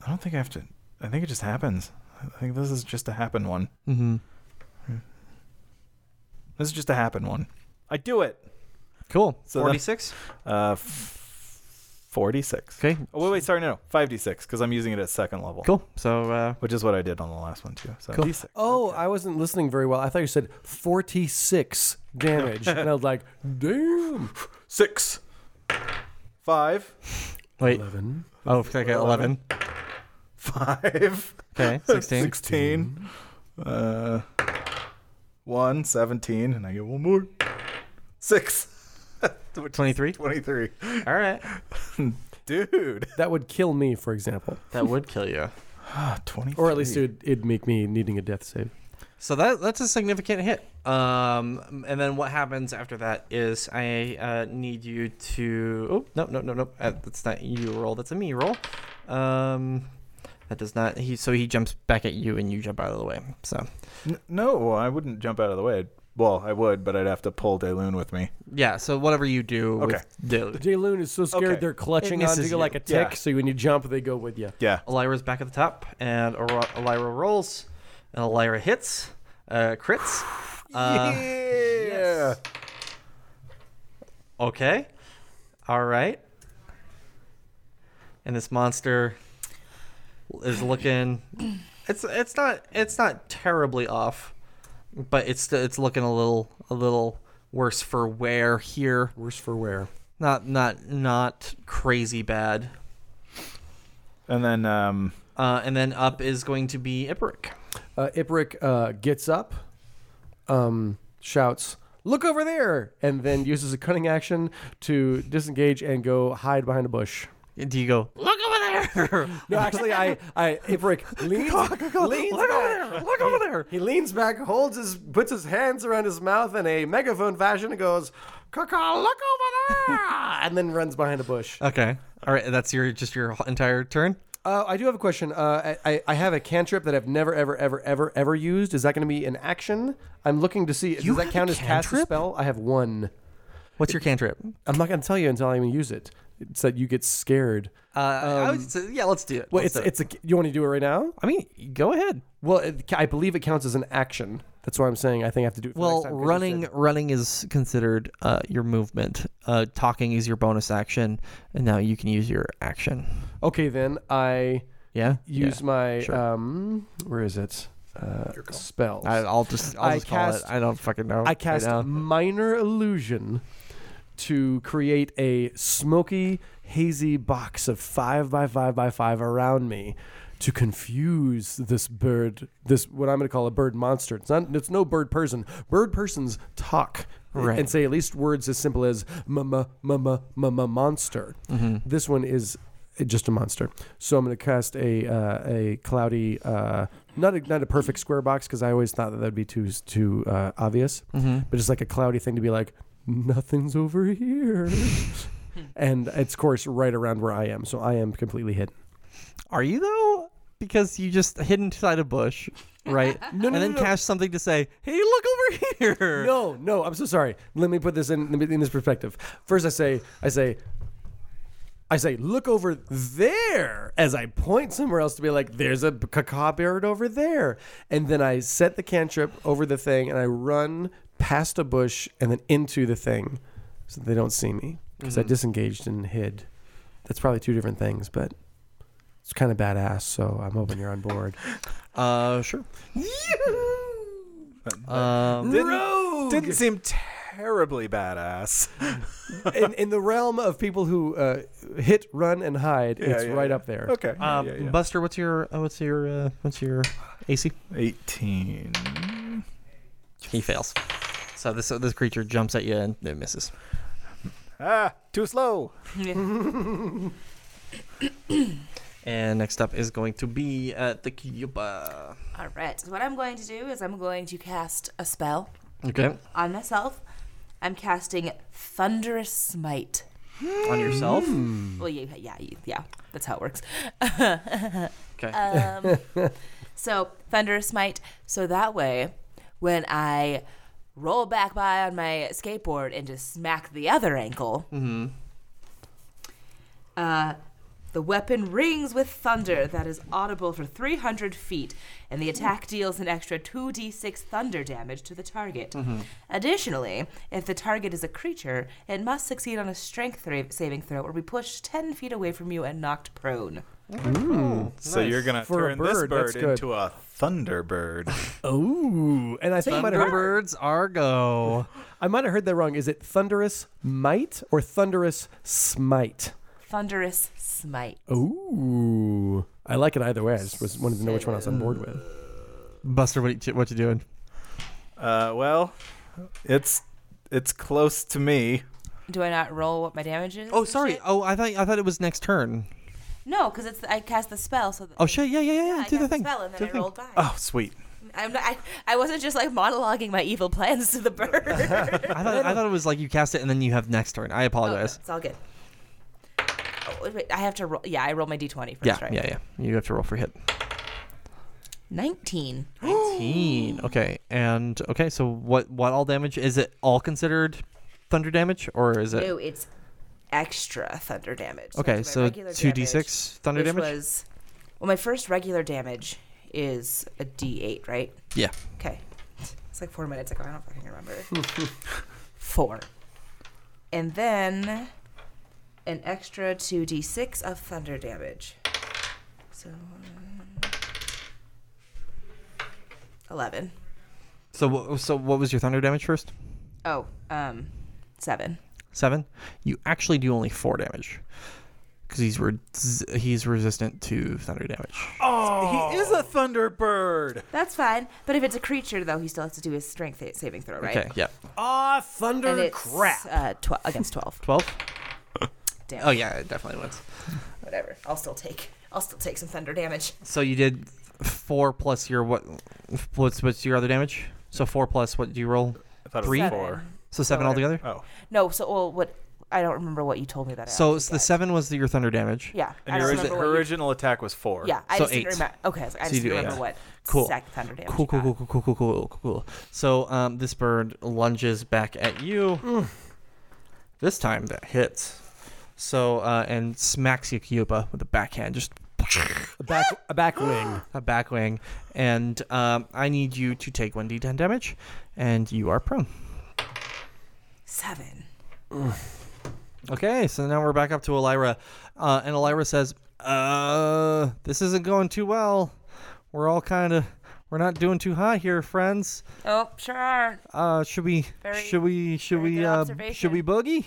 S1: I don't think I have to. I think it just happens. I think this is just a happen one.
S4: Mm-hmm.
S1: This is just a happen one. I do it.
S4: Cool.
S1: So
S4: Forty six.
S1: that- uh, f- forty-six.
S4: Okay.
S1: Oh wait, wait, sorry, no, no, five d six because I'm using it at second level.
S4: Cool. So uh,
S1: Which is what I did on the last one too. So
S5: Cool.
S1: d6.
S5: Oh, I wasn't listening very well. I thought you said 46 damage. and I was like, damn.
S1: Six. Five.
S4: wait.
S5: 11.
S4: Oh, okay, eleven.
S1: Five.
S4: Okay, 16.
S1: 16. Uh, 1, 17, and I get one more. 6. Which is
S4: 23?
S1: 23.
S4: All right.
S1: Dude.
S5: That would kill me, for example.
S4: That would kill you.
S1: Ah, 23.
S5: Or at least it, it'd make me needing a death save.
S4: So that that's a significant hit. Um, and then what happens after that is I uh, need you to. Oh no no no no! Uh, that's not you roll. That's a me roll. Um, that does not. He so he jumps back at you and you jump out of the way. So
S1: N- no, I wouldn't jump out of the way. I'd- Well, I would, but I'd have to pull Dayloon with me.
S4: yeah. So whatever you do.
S1: Okay.
S4: With Dil-
S5: Jayloon is so scared
S1: Okay.
S5: they're clutching
S4: It
S5: onto
S4: misses
S5: you like
S4: you.
S5: a tick.
S1: Yeah.
S5: So when you jump, they go with you.
S1: Yeah.
S4: Elira's back at the top, and Ora- Elira rolls, and Elira hits, uh, crits.
S5: Ah,
S4: Uh,
S1: yeah.
S4: okay, all right. And this monster is looking. It's it's not it's not terribly off, but it's it's looking a little a little worse for wear here.
S5: Worse for wear.
S4: Not not not crazy bad.
S1: And then, um,
S4: Uh, and then up is going to be Iperic.
S5: Uh, Iperic uh, gets up, um, shouts, Look over there! And then uses a cunning action to disengage and go hide behind a bush.
S4: Do you go look over there?
S5: No, actually, I, I, Iperic leans, leans
S4: Look over
S5: back.
S4: there! Look over there!
S5: He leans back, holds his, puts his hands around his mouth in a megaphone fashion, and goes, "Caw-caw, look over there!" and then runs behind a bush.
S4: Okay. All right. That's your just your whole entire turn.
S5: Uh, I do have a question. Uh, I, I, I have a cantrip that I've never, ever, ever, ever, ever used. Is that going to be an action? I'm looking to see.
S4: You
S5: does that
S4: have
S5: count
S4: a
S5: as cast a
S4: cantrip?
S5: spell? I have one.
S4: What's your cantrip?
S5: I'm not going to tell you until I even use it. It's that you get scared.
S4: Uh, I would say, yeah, let's do it.
S5: um, Well,
S4: Let's
S5: it's
S4: do it.
S5: it's a. You want to do it right now?
S4: I mean, go ahead.
S5: Well, it, ca- I believe it counts as an action. That's why I'm saying I think I have to do it. For
S4: Well,
S5: next time 'cause you
S4: running
S5: said-
S4: running is considered uh, your movement. Uh, talking is your bonus action, and now you can use your action.
S5: Okay, then I.
S4: Yeah.
S5: use
S4: Yeah.
S5: my
S4: sure.
S5: um where is it uh spells
S4: I,
S5: I,
S4: I'll just I'll
S5: I
S4: just call
S5: cast-
S4: it. I don't fucking know. right
S5: cast
S4: now.
S5: minor illusion to create a smoky hazy box of 5 by 5 by 5 around me to confuse this bird this what I'm going to call a bird monster it's not it's no bird person bird persons talk
S4: Right.
S5: and say at least words as simple as mama mama mama monster this one is eh, just a monster. So I'm going to cast a uh, a cloudy, uh, not a, not a perfect square box because I always thought that that'd be too too uh, obvious, but just like a cloudy thing to be like, nothing's over here, and it's of course right around where I am, so I am completely hidden.
S4: Are you though? Because you just hid inside a bush, right? and
S5: no,
S4: then
S5: no, no.
S4: cast something to say, "Hey, look over here."
S5: No, no, I'm so sorry. Let me put this in in this perspective. First, I say, I say, I say, look over there as I point somewhere else to be like, there's a caca bird over there, and then I set the cantrip over the thing and I run past a bush and then into the thing, so they don't see me because I
S11: Mhm.
S5: disengaged and hid. That's probably two different things, but. It's kind of badass, so I'm hoping you're on board.
S4: Uh, sure.
S1: Um, didn't,
S5: Rogue!
S1: didn't seem terribly badass.
S5: in, in the realm of people who uh, hit, run, and hide,
S1: Yeah,
S5: it's
S1: yeah,
S5: right
S1: yeah.
S5: up there.
S1: Okay.
S4: Um, Buster, what's your uh, what's your uh, what's your AC?
S1: Eighteen.
S4: He fails. So this so this creature jumps at you and it misses.
S1: Ah, too slow.
S4: And next up is going to be at the Cuba.
S6: All right. So what I'm going to do is I'm going to cast a spell
S4: Okay.
S6: on myself. I'm casting Thunderous Smite.
S4: On yourself? Hmm.
S6: Well, yeah, yeah, you- yeah. That's how it works.
S4: Okay.
S6: Um, so Thunderous Smite. So that way, when I roll back by on my skateboard and just smack the other ankle,
S4: Mm-hmm.
S6: Uh, the weapon rings with thunder that is audible for 300 feet, and the attack deals an extra 2d6 thunder damage to the target.
S13: Mhm.
S6: Additionally, if the target is a creature, it must succeed on a strength thra- saving throw or be pushed 10 feet away from you and knocked prone.
S1: So you're gonna
S5: For a
S1: turn this
S5: bird, that's
S1: bird
S5: good.
S1: into a thunderbird.
S5: Ooh, and I think I might have heard,
S4: Thunderbirds Argo.
S5: I might have heard that wrong. Is it thunderous might or thunderous smite?
S6: Thunderous smite.
S5: Ooh, I like it either way. I just was wanted to know which one I was on board with.
S4: Buster, what you, what you doing?
S1: Uh, well, it's it's close to me.
S6: Do I not roll what my damage is?
S4: Oh, sorry. Oh, I thought I thought it was next turn.
S6: No, because it's I cast the spell, so that
S4: Oh shit! Yeah, yeah, yeah. yeah.
S6: I
S4: Do the
S6: cast the
S4: thing.
S6: spell and
S4: Do the
S6: then I
S4: thing. Ah.
S6: rolled back.
S1: Oh, sweet.
S6: I'm not, I, I wasn't just like monologuing my evil plans to the bird.
S4: I thought, I thought it was like you cast it and then you have next
S6: Oh,
S4: turn. I apologize.
S6: It's all good. Oh, wait, I have to roll. Yeah, I roll my d20 first,
S4: yeah,
S6: right?
S4: yeah, yeah. You have to roll for hit.
S6: 19.
S4: 19. okay, and okay. So what? What all damage is it? All considered thunder damage, or is it?
S6: No, it's extra thunder damage.
S4: Okay,
S6: it's my
S4: so
S6: regular
S4: 2d6
S6: damage,
S4: thunder
S6: which
S4: damage?
S6: was- well, my first regular damage is a d8, right?
S4: Yeah.
S6: Okay. It's like four minutes ago. I don't fucking remember. Four. and then an extra 2d6 of thunder damage. So. um, 11.
S4: So wha- so what was your thunder damage first?
S6: Oh, um, seven.
S4: Seven. You actually do only four damage because he's re- z- he's resistant to thunder damage.
S1: Oh, he is a thunderbird.
S6: That's fine. But if it's a creature, though, he still has to do his strength sa- saving throw, right?
S4: Okay. Yeah.
S5: Ah,
S6: And
S5: thunder
S6: it's, Uh, tw- against 12.
S4: Twelve.
S6: Damn.
S4: Oh yeah, it definitely wins.
S6: Whatever. I'll still take. I'll still take some thunder damage.
S4: So you did four plus your what? What's what's your other damage? So four plus what do you roll?
S1: thought it was
S4: Three.
S1: four.
S4: So
S6: So
S4: seven
S6: whatever.
S4: altogether.
S1: Oh.
S6: No, so, well, what? I don't remember what you told me that. I
S4: So
S6: actually
S4: the seven was the, your thunder damage.
S6: Yeah,
S1: And
S6: I
S1: your
S6: don't
S1: origi-
S6: remember what
S1: her
S6: you-
S1: original attack was four.
S6: Yeah, I
S4: so
S6: just didn't
S4: eight.
S6: remember. Okay, I, was, I
S4: So
S6: just
S4: you do
S6: didn't remember
S4: eight.
S6: what
S4: cool.
S6: sack thunder damage.
S4: Cool, cool, cool, cool, cool, cool, cool, cool, cool. So um, this bird lunges back at you. This time that hits. So uh, and smacks Yakuba with a backhand, just a
S5: back a back wing,
S4: a back wing, and um, I need you to take one d10 damage, and you are prone.
S6: Seven.
S4: Okay, so now we're back up to Elira. Uh, and Elira says, uh, this isn't going too well. We're all kind of, we're not doing too hot here, friends.
S6: Oh, sure. aren't.
S4: Uh, should we,
S6: Very-
S4: should we, should we, uh, should we boogie?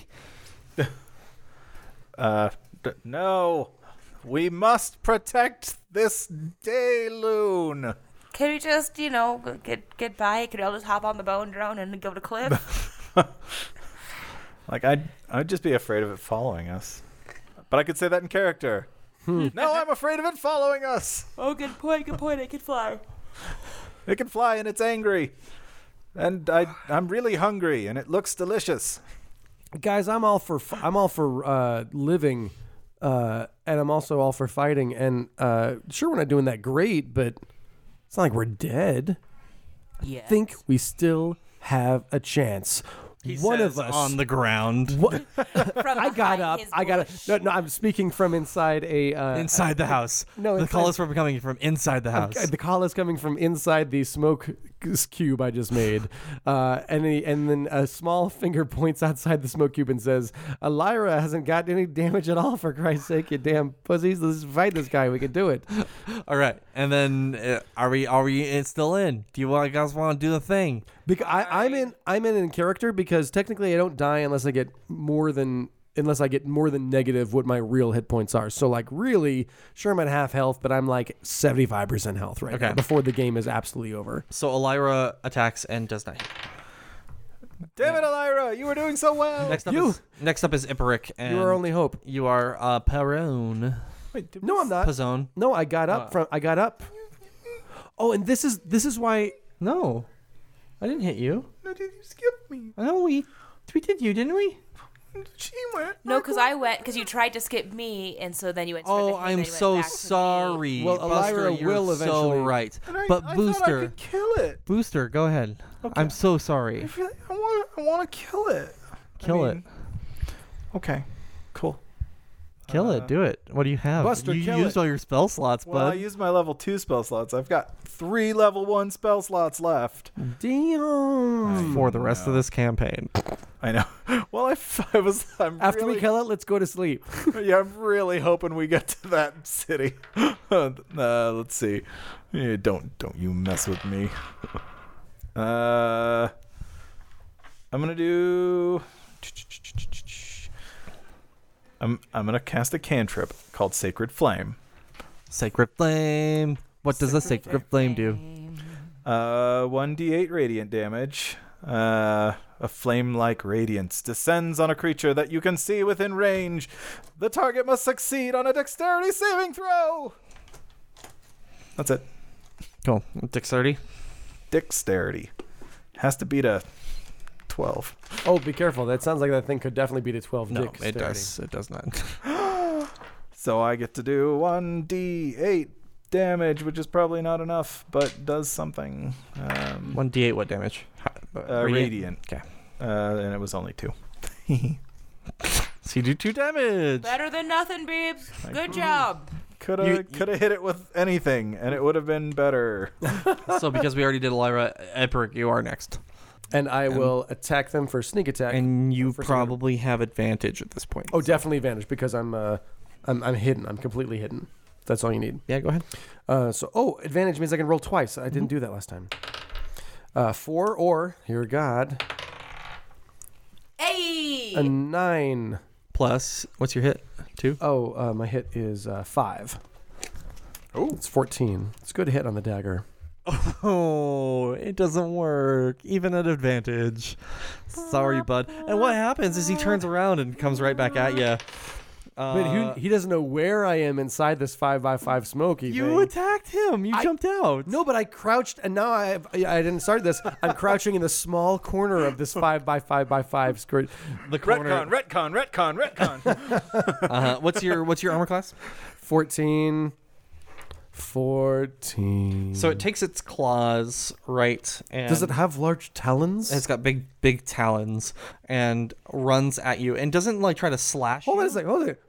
S1: Uh, d- no, we must protect this Dayloon.
S6: Can we just, you know, g- get get by? Can we all just hop on the bone drone and go to cliff?
S1: Like I'd, I'd just be afraid of it following us. But I could say that in character. no, I'm afraid of it following us.
S6: oh, good point. Good point. I can fly.
S1: It can fly and it's angry, and I, I'm really hungry and it looks delicious.
S5: guys, I'm all for f- I'm all for uh, living, uh, and I'm also all for fighting. And uh, sure, we're not doing that great, but it's not like we're dead. I think we still have a chance.
S4: He
S5: One
S4: says
S5: of us
S4: on the ground.
S5: What? I got up. I got up. No, no, I'm speaking from inside a uh,
S4: Inside the house.
S5: No,
S4: the
S5: inside-
S4: call is from coming from inside the house.
S5: Okay, the call is coming from inside the smoke cube I just made, uh, and he, and then a small finger points outside the smoke cube and says, "Elira hasn't got any damage at all. For Christ's sake, you damn pussies! Let's fight this guy. We can do it."
S4: All right, and then uh, are we are we it's still in? Do you want, guys want to do the thing?
S5: Because I, I'm in I'm in in character because technically I don't die unless I get more than unless I get more than negative what my real hit points are. So like really, sure I'm at half health, but I'm like 75 percent health right now
S4: Okay.
S5: before the game is absolutely over.
S4: So Elira attacks and does not hit.
S1: Damn it, Elira! You were doing so well.
S4: Next up is next up is Iperic. And
S5: our only hope.
S4: You are uh, Perone.
S5: No, I'm not.
S4: Pazone.
S5: No, I got up
S4: Uh,
S5: from I got up. Oh, and this is this is why
S4: No. I didn't hit you.
S1: No, did you skip me?
S4: No, we we did you, didn't we?
S1: She went.
S6: No, because I went because you tried to skip me, and so then you went.
S4: Oh, I'm so sorry.
S6: Well,
S4: Buster,
S5: Elira
S4: you're
S5: will eventually-
S4: so right.
S1: And I,
S4: but
S1: I thought I
S4: Booster,
S1: could kill it.
S4: Booster, go ahead. I'm so sorry.
S1: I feel like I want. I want to kill it.
S4: Kill
S1: mean- it. Okay. Cool.
S4: Kill it. Do it. What do you have?
S1: Buster,
S4: you
S1: kill
S4: used
S1: it.
S4: all your spell slots,
S1: Well, I
S4: bud.
S1: used my level two spell slots. I've got three level one spell slots left.
S5: damn.
S4: For the rest of this campaign.
S1: I know. Well, I, f- I was. I'm
S5: After
S1: really,
S5: we kill it, let's go to sleep.
S1: yeah, I'm really hoping we get to that city. uh, let's see. Yeah, don't don't you mess with me. Uh, I'm gonna do. I'm I'm gonna cast a cantrip called Sacred Flame.
S4: Sacred flame. What does a sacred flame do?
S1: Uh, 1d8 radiant damage. Uh, a flame like radiance descends on a creature that you can see within range. The target must succeed on a dexterity saving throw. That's it.
S4: Cool. Dexterity.
S1: Dexterity. Has to beat a 12.
S5: Oh, be careful. That sounds like that thing could definitely beat a 12
S4: No,
S5: dick.
S4: it does. It does not.
S1: So I get to do 1d8 damage, which is probably not enough, but does something. Um,
S4: One d8. What damage?
S1: uh, radiant.
S4: Okay.
S1: Uh, and it was only two.
S4: So you do two damage.
S6: Better than nothing, Beebs.
S1: Thank
S6: Good job.
S1: Could
S4: You-
S1: have could have hit it with anything, and it would have been better.
S4: so because we already did Lyra, Eperic, you are next,
S5: And I will attack them for sneak attack.
S4: and you
S5: First
S4: probably have advantage at this point.
S5: oh, definitely advantage because I'm uh I'm I'm hidden. I'm completely hidden. That's all you need.
S4: yeah. Go ahead.
S5: Uh so oh, advantage means I can roll twice. I didn't do that last time. Uh 4 or here god,
S6: Hey.
S5: a 9.
S4: Plus, what's your hit? Two.
S5: Oh, uh, my hit is uh, 5. Oh, it's 14. It's a good hit on the dagger.
S4: Oh, it doesn't work, even at advantage. Sorry, bud. And what happens is he turns around and comes right back at you.
S5: But
S4: Uh,
S5: who, he doesn't know where I am inside this five by five smoky.
S4: you
S5: thing.
S4: attacked him. You
S5: I-
S4: jumped out.
S5: no, but I crouched, and now I I didn't start this. I'm crouching in the small corner of this five by five by five square.
S4: the corner.
S1: retcon, retcon, retcon.
S4: Uh, what's your what's your armor class?
S5: 14. 14.
S4: So it takes its claws right and
S5: does it have large talons?
S4: it's got big big talons and runs at you and doesn't like try to slash.
S5: hold on
S4: you.
S5: a second. Hold on. a second.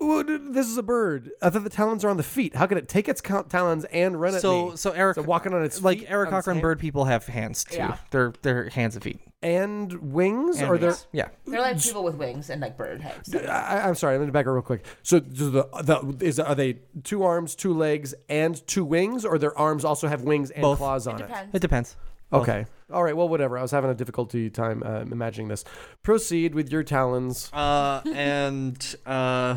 S5: Ooh, dude, this is a bird. I thought the talons are on the feet. How could it take its count talons and run at
S4: So
S5: me?
S4: so Eric
S5: So walking on its
S4: like
S5: feet,
S4: Eric
S5: on its
S4: Cochran
S5: hand-
S4: bird people have hands too.
S6: Yeah.
S4: They're they're hands and feet.
S5: and wings?
S4: And
S5: are there?
S4: wings. yeah.
S6: They're like people with wings and like bird heads.
S5: I, I'm sorry. I'm going to back up real quick. So, do the, the is are they two arms, two legs, and two wings, or their arms also have wings and
S4: Both.
S5: claws on it?
S4: It depends.
S5: Okay. All right. Well, whatever. I was having a difficulty time uh, imagining this. Proceed with your talons.
S4: Uh, and uh,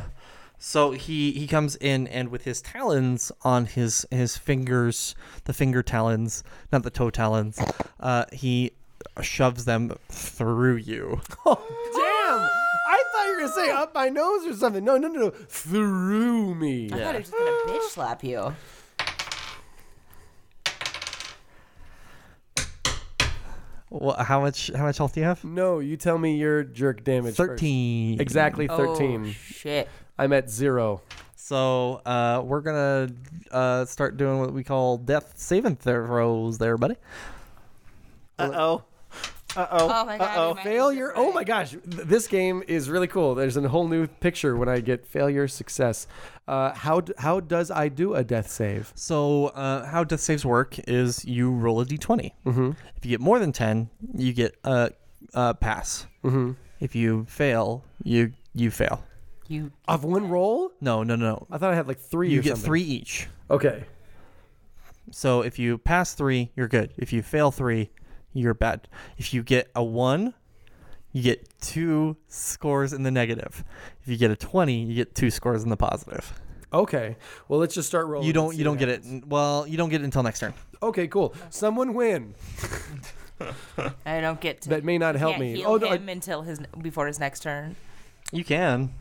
S4: so he he comes in and with his talons on his his fingers, the finger talons, not the toe talons. Uh, he shoves them through you.
S5: Damn! I thought you were gonna say up my nose or something. No, no, no, no. Through me.
S6: I thought he was just "Oh, gonna bitch slap you.
S4: Wha how much? How much health do you have?
S5: No, you tell me your jerk damage. first.
S4: 13.
S5: Exactly
S6: Oh,
S5: 13.
S6: shit.
S5: I'm at zero.
S4: So uh, we're gonna uh, start doing what we call death saving throws, there, buddy.
S1: Uh oh. Uh oh.
S6: Oh my god.
S5: Oh, failure. Oh my gosh. Th- This game is really cool. There's a whole new picture when I get failure, success. Uh, how, d- how does I do a death save?
S4: So, uh, how death saves work is you roll a d20. Mm-hmm. If you get more than 10, you get a, a pass.
S5: Mm-hmm.
S4: If you fail, you you fail.
S6: You
S5: Of one roll?
S4: No, no, no.
S5: I thought I had like three
S4: you
S5: or
S4: get
S5: something.
S4: three each.
S5: Okay.
S4: So if you pass three, you're good. If you fail three, you're bad. If you get a one, you get two scores in the negative. If you get a twenty, you get two scores in the positive.
S5: Okay. Well, let's just start rolling.
S4: you
S5: and
S4: don't.
S5: see
S4: You don't
S5: what
S4: get it. n- Well, you don't get it until next turn.
S5: Okay, cool. Someone win.
S6: I don't get to.
S5: That may not
S6: you
S5: help
S6: can't
S5: me.
S6: Heal
S5: Oh, no, I-
S6: him until his before his next turn.
S4: You can,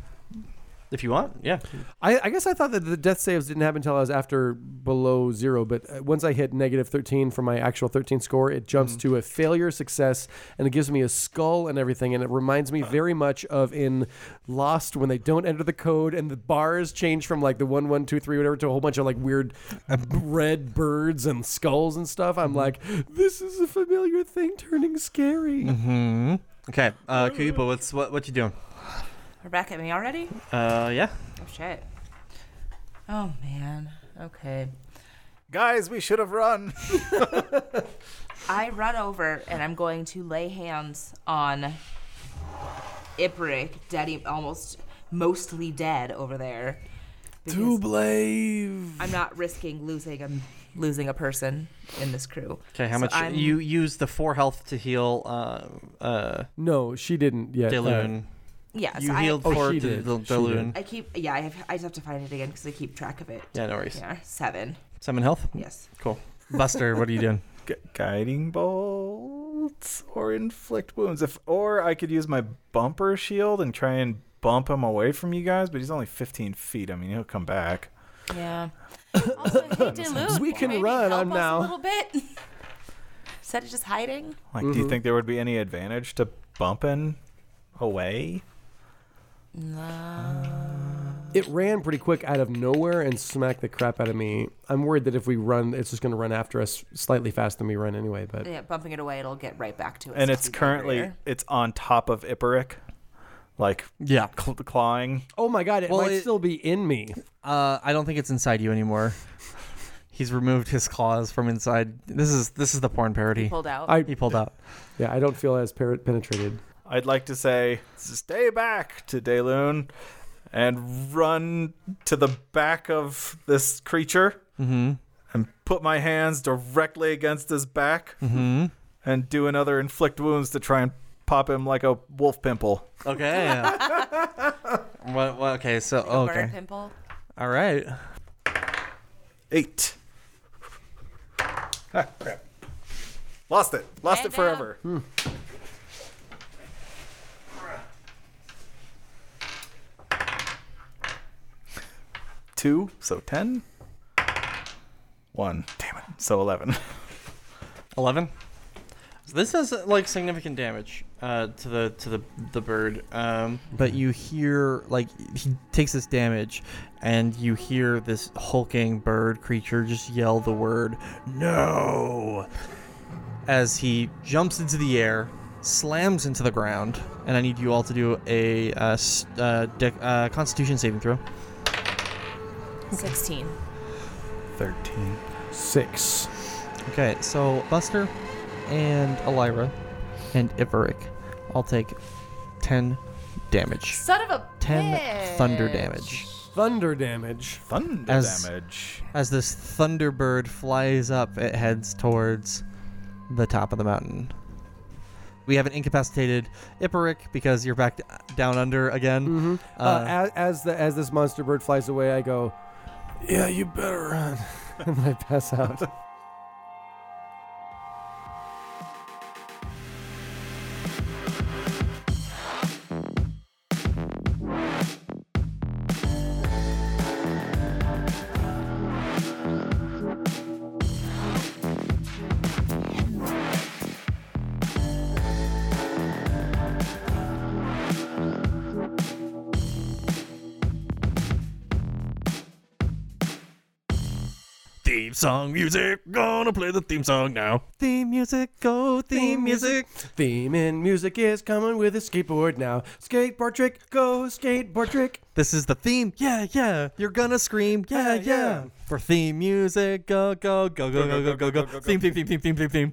S4: if you want. Yeah.
S5: I, I guess I thought that the death saves didn't happen until I was after below zero, but uh, once I hit negative 13 for my actual 13 score, it jumps to a failure success and it gives me a skull and everything. And it reminds me very much of in Lost when they don't enter the code and the bars change from like the one, one, two, three, whatever to a whole bunch of like weird red birds and skulls and stuff. I'm like, this is a familiar thing turning scary.
S4: Hmm. Okay. Uh, Kuyupa, what's what? What you doing?
S6: We're back at me already.
S4: Uh, yeah.
S6: Oh shit. Oh man. Okay.
S1: Guys, we should have run.
S6: I run over and I'm going to lay hands on Iprick, daddy almost mostly dead over there.
S5: Too
S6: because
S5: blave.
S6: I'm not risking losing a losing a person in this crew.
S4: Okay. How
S6: So
S4: much?
S6: I'm-
S4: You use the four health to heal. Uh, uh,
S5: No, she didn't yet. uh,
S4: Dilun.
S6: Yeah,
S4: You
S6: so I-
S4: healed
S5: Oh,
S4: four
S5: she
S4: to
S5: did.
S4: Dil-
S5: She
S4: Dilun.
S6: I keep yeah, I have I just have to find it again because I keep track of it.
S4: Yeah, no worries.
S6: Yeah, seven.
S4: Summon health.
S6: Yes.
S4: Cool. Buster, what are you doing?
S1: Gu- guiding bolts or inflict wounds. If or I could use my bumper shield and try and bump him away from you guys, but he's only 15 feet. I mean, he'll come back.
S6: Yeah. Also, hey, Dilute,
S5: We can
S6: maybe
S5: run,
S6: help
S5: I'm
S6: us
S5: now-
S6: A little bit. Instead of just hiding.
S1: Like, do you think there would be any advantage to bumping away?
S5: It ran pretty quick out of nowhere and smacked the crap out of me. I'm worried that if we run, it's just going to run after us slightly faster than we run anyway. But
S6: Yeah, bumping it away, it'll get right back to us.
S1: And
S6: if
S1: it's
S6: we go
S1: currently
S6: there.
S1: it's on top of Iparic, like
S4: Yeah.
S1: cl- clawing.
S5: oh my god, it
S4: Well,
S5: might
S4: it-
S5: still be in me.
S4: Uh, I don't think it's inside you anymore. He's removed his claws from inside. This is this is the porn parody.
S6: pulled out.
S5: I
S4: He pulled out.
S5: yeah, I don't feel as per- penetrated.
S1: I'd like to say, stay back to Dayloon and run to the back of this creature and put my hands directly against his back and do another inflict wounds to try and pop him like a wolf pimple.
S4: Okay. what, what? Okay. So
S5: Oh,
S6: A burn
S4: okay.
S6: pimple.
S4: All right.
S1: Eight. Ah, crap. Hmm. Lost it. Lost
S6: Man
S1: it forever. Two, so ten. One. Damn it. So eleven.
S4: Eleven. So this does uh, like significant damage uh, to the to the the bird. Um, but you hear like he takes this damage, and you hear this hulking bird creature just yell the word "No!" as he jumps into the air, slams into the ground, and I need you all to do a uh, s- uh, dec- uh, Constitution saving throw.
S6: Sixteen.
S1: Thirteen.
S5: Six.
S4: Okay, so Buster and Elira and Iveric all take 10 damage.
S6: Son of a
S4: 10
S6: bitch.
S4: thunder damage.
S5: Thunder damage.
S1: Thunder
S4: As-
S1: damage.
S4: As this thunderbird flies up, it heads towards the top of the mountain. We have an incapacitated Iperic because you're back d- down under again.
S5: Uh, as, as the as this monster bird flies away, I go. Yeah, you better run. and I pass out.
S11: Theme song music. Gonna play the theme song now.
S5: Theme music, go theme music. Theme and music is coming with a skateboard now. Skateboard trick, go skateboard trick.
S4: This is the theme. Yeah, yeah. You're gonna scream. Yeah, yeah. For theme music, go, go, go, go, go, go, go, go. Theme, theme, theme, theme, theme, theme, theme.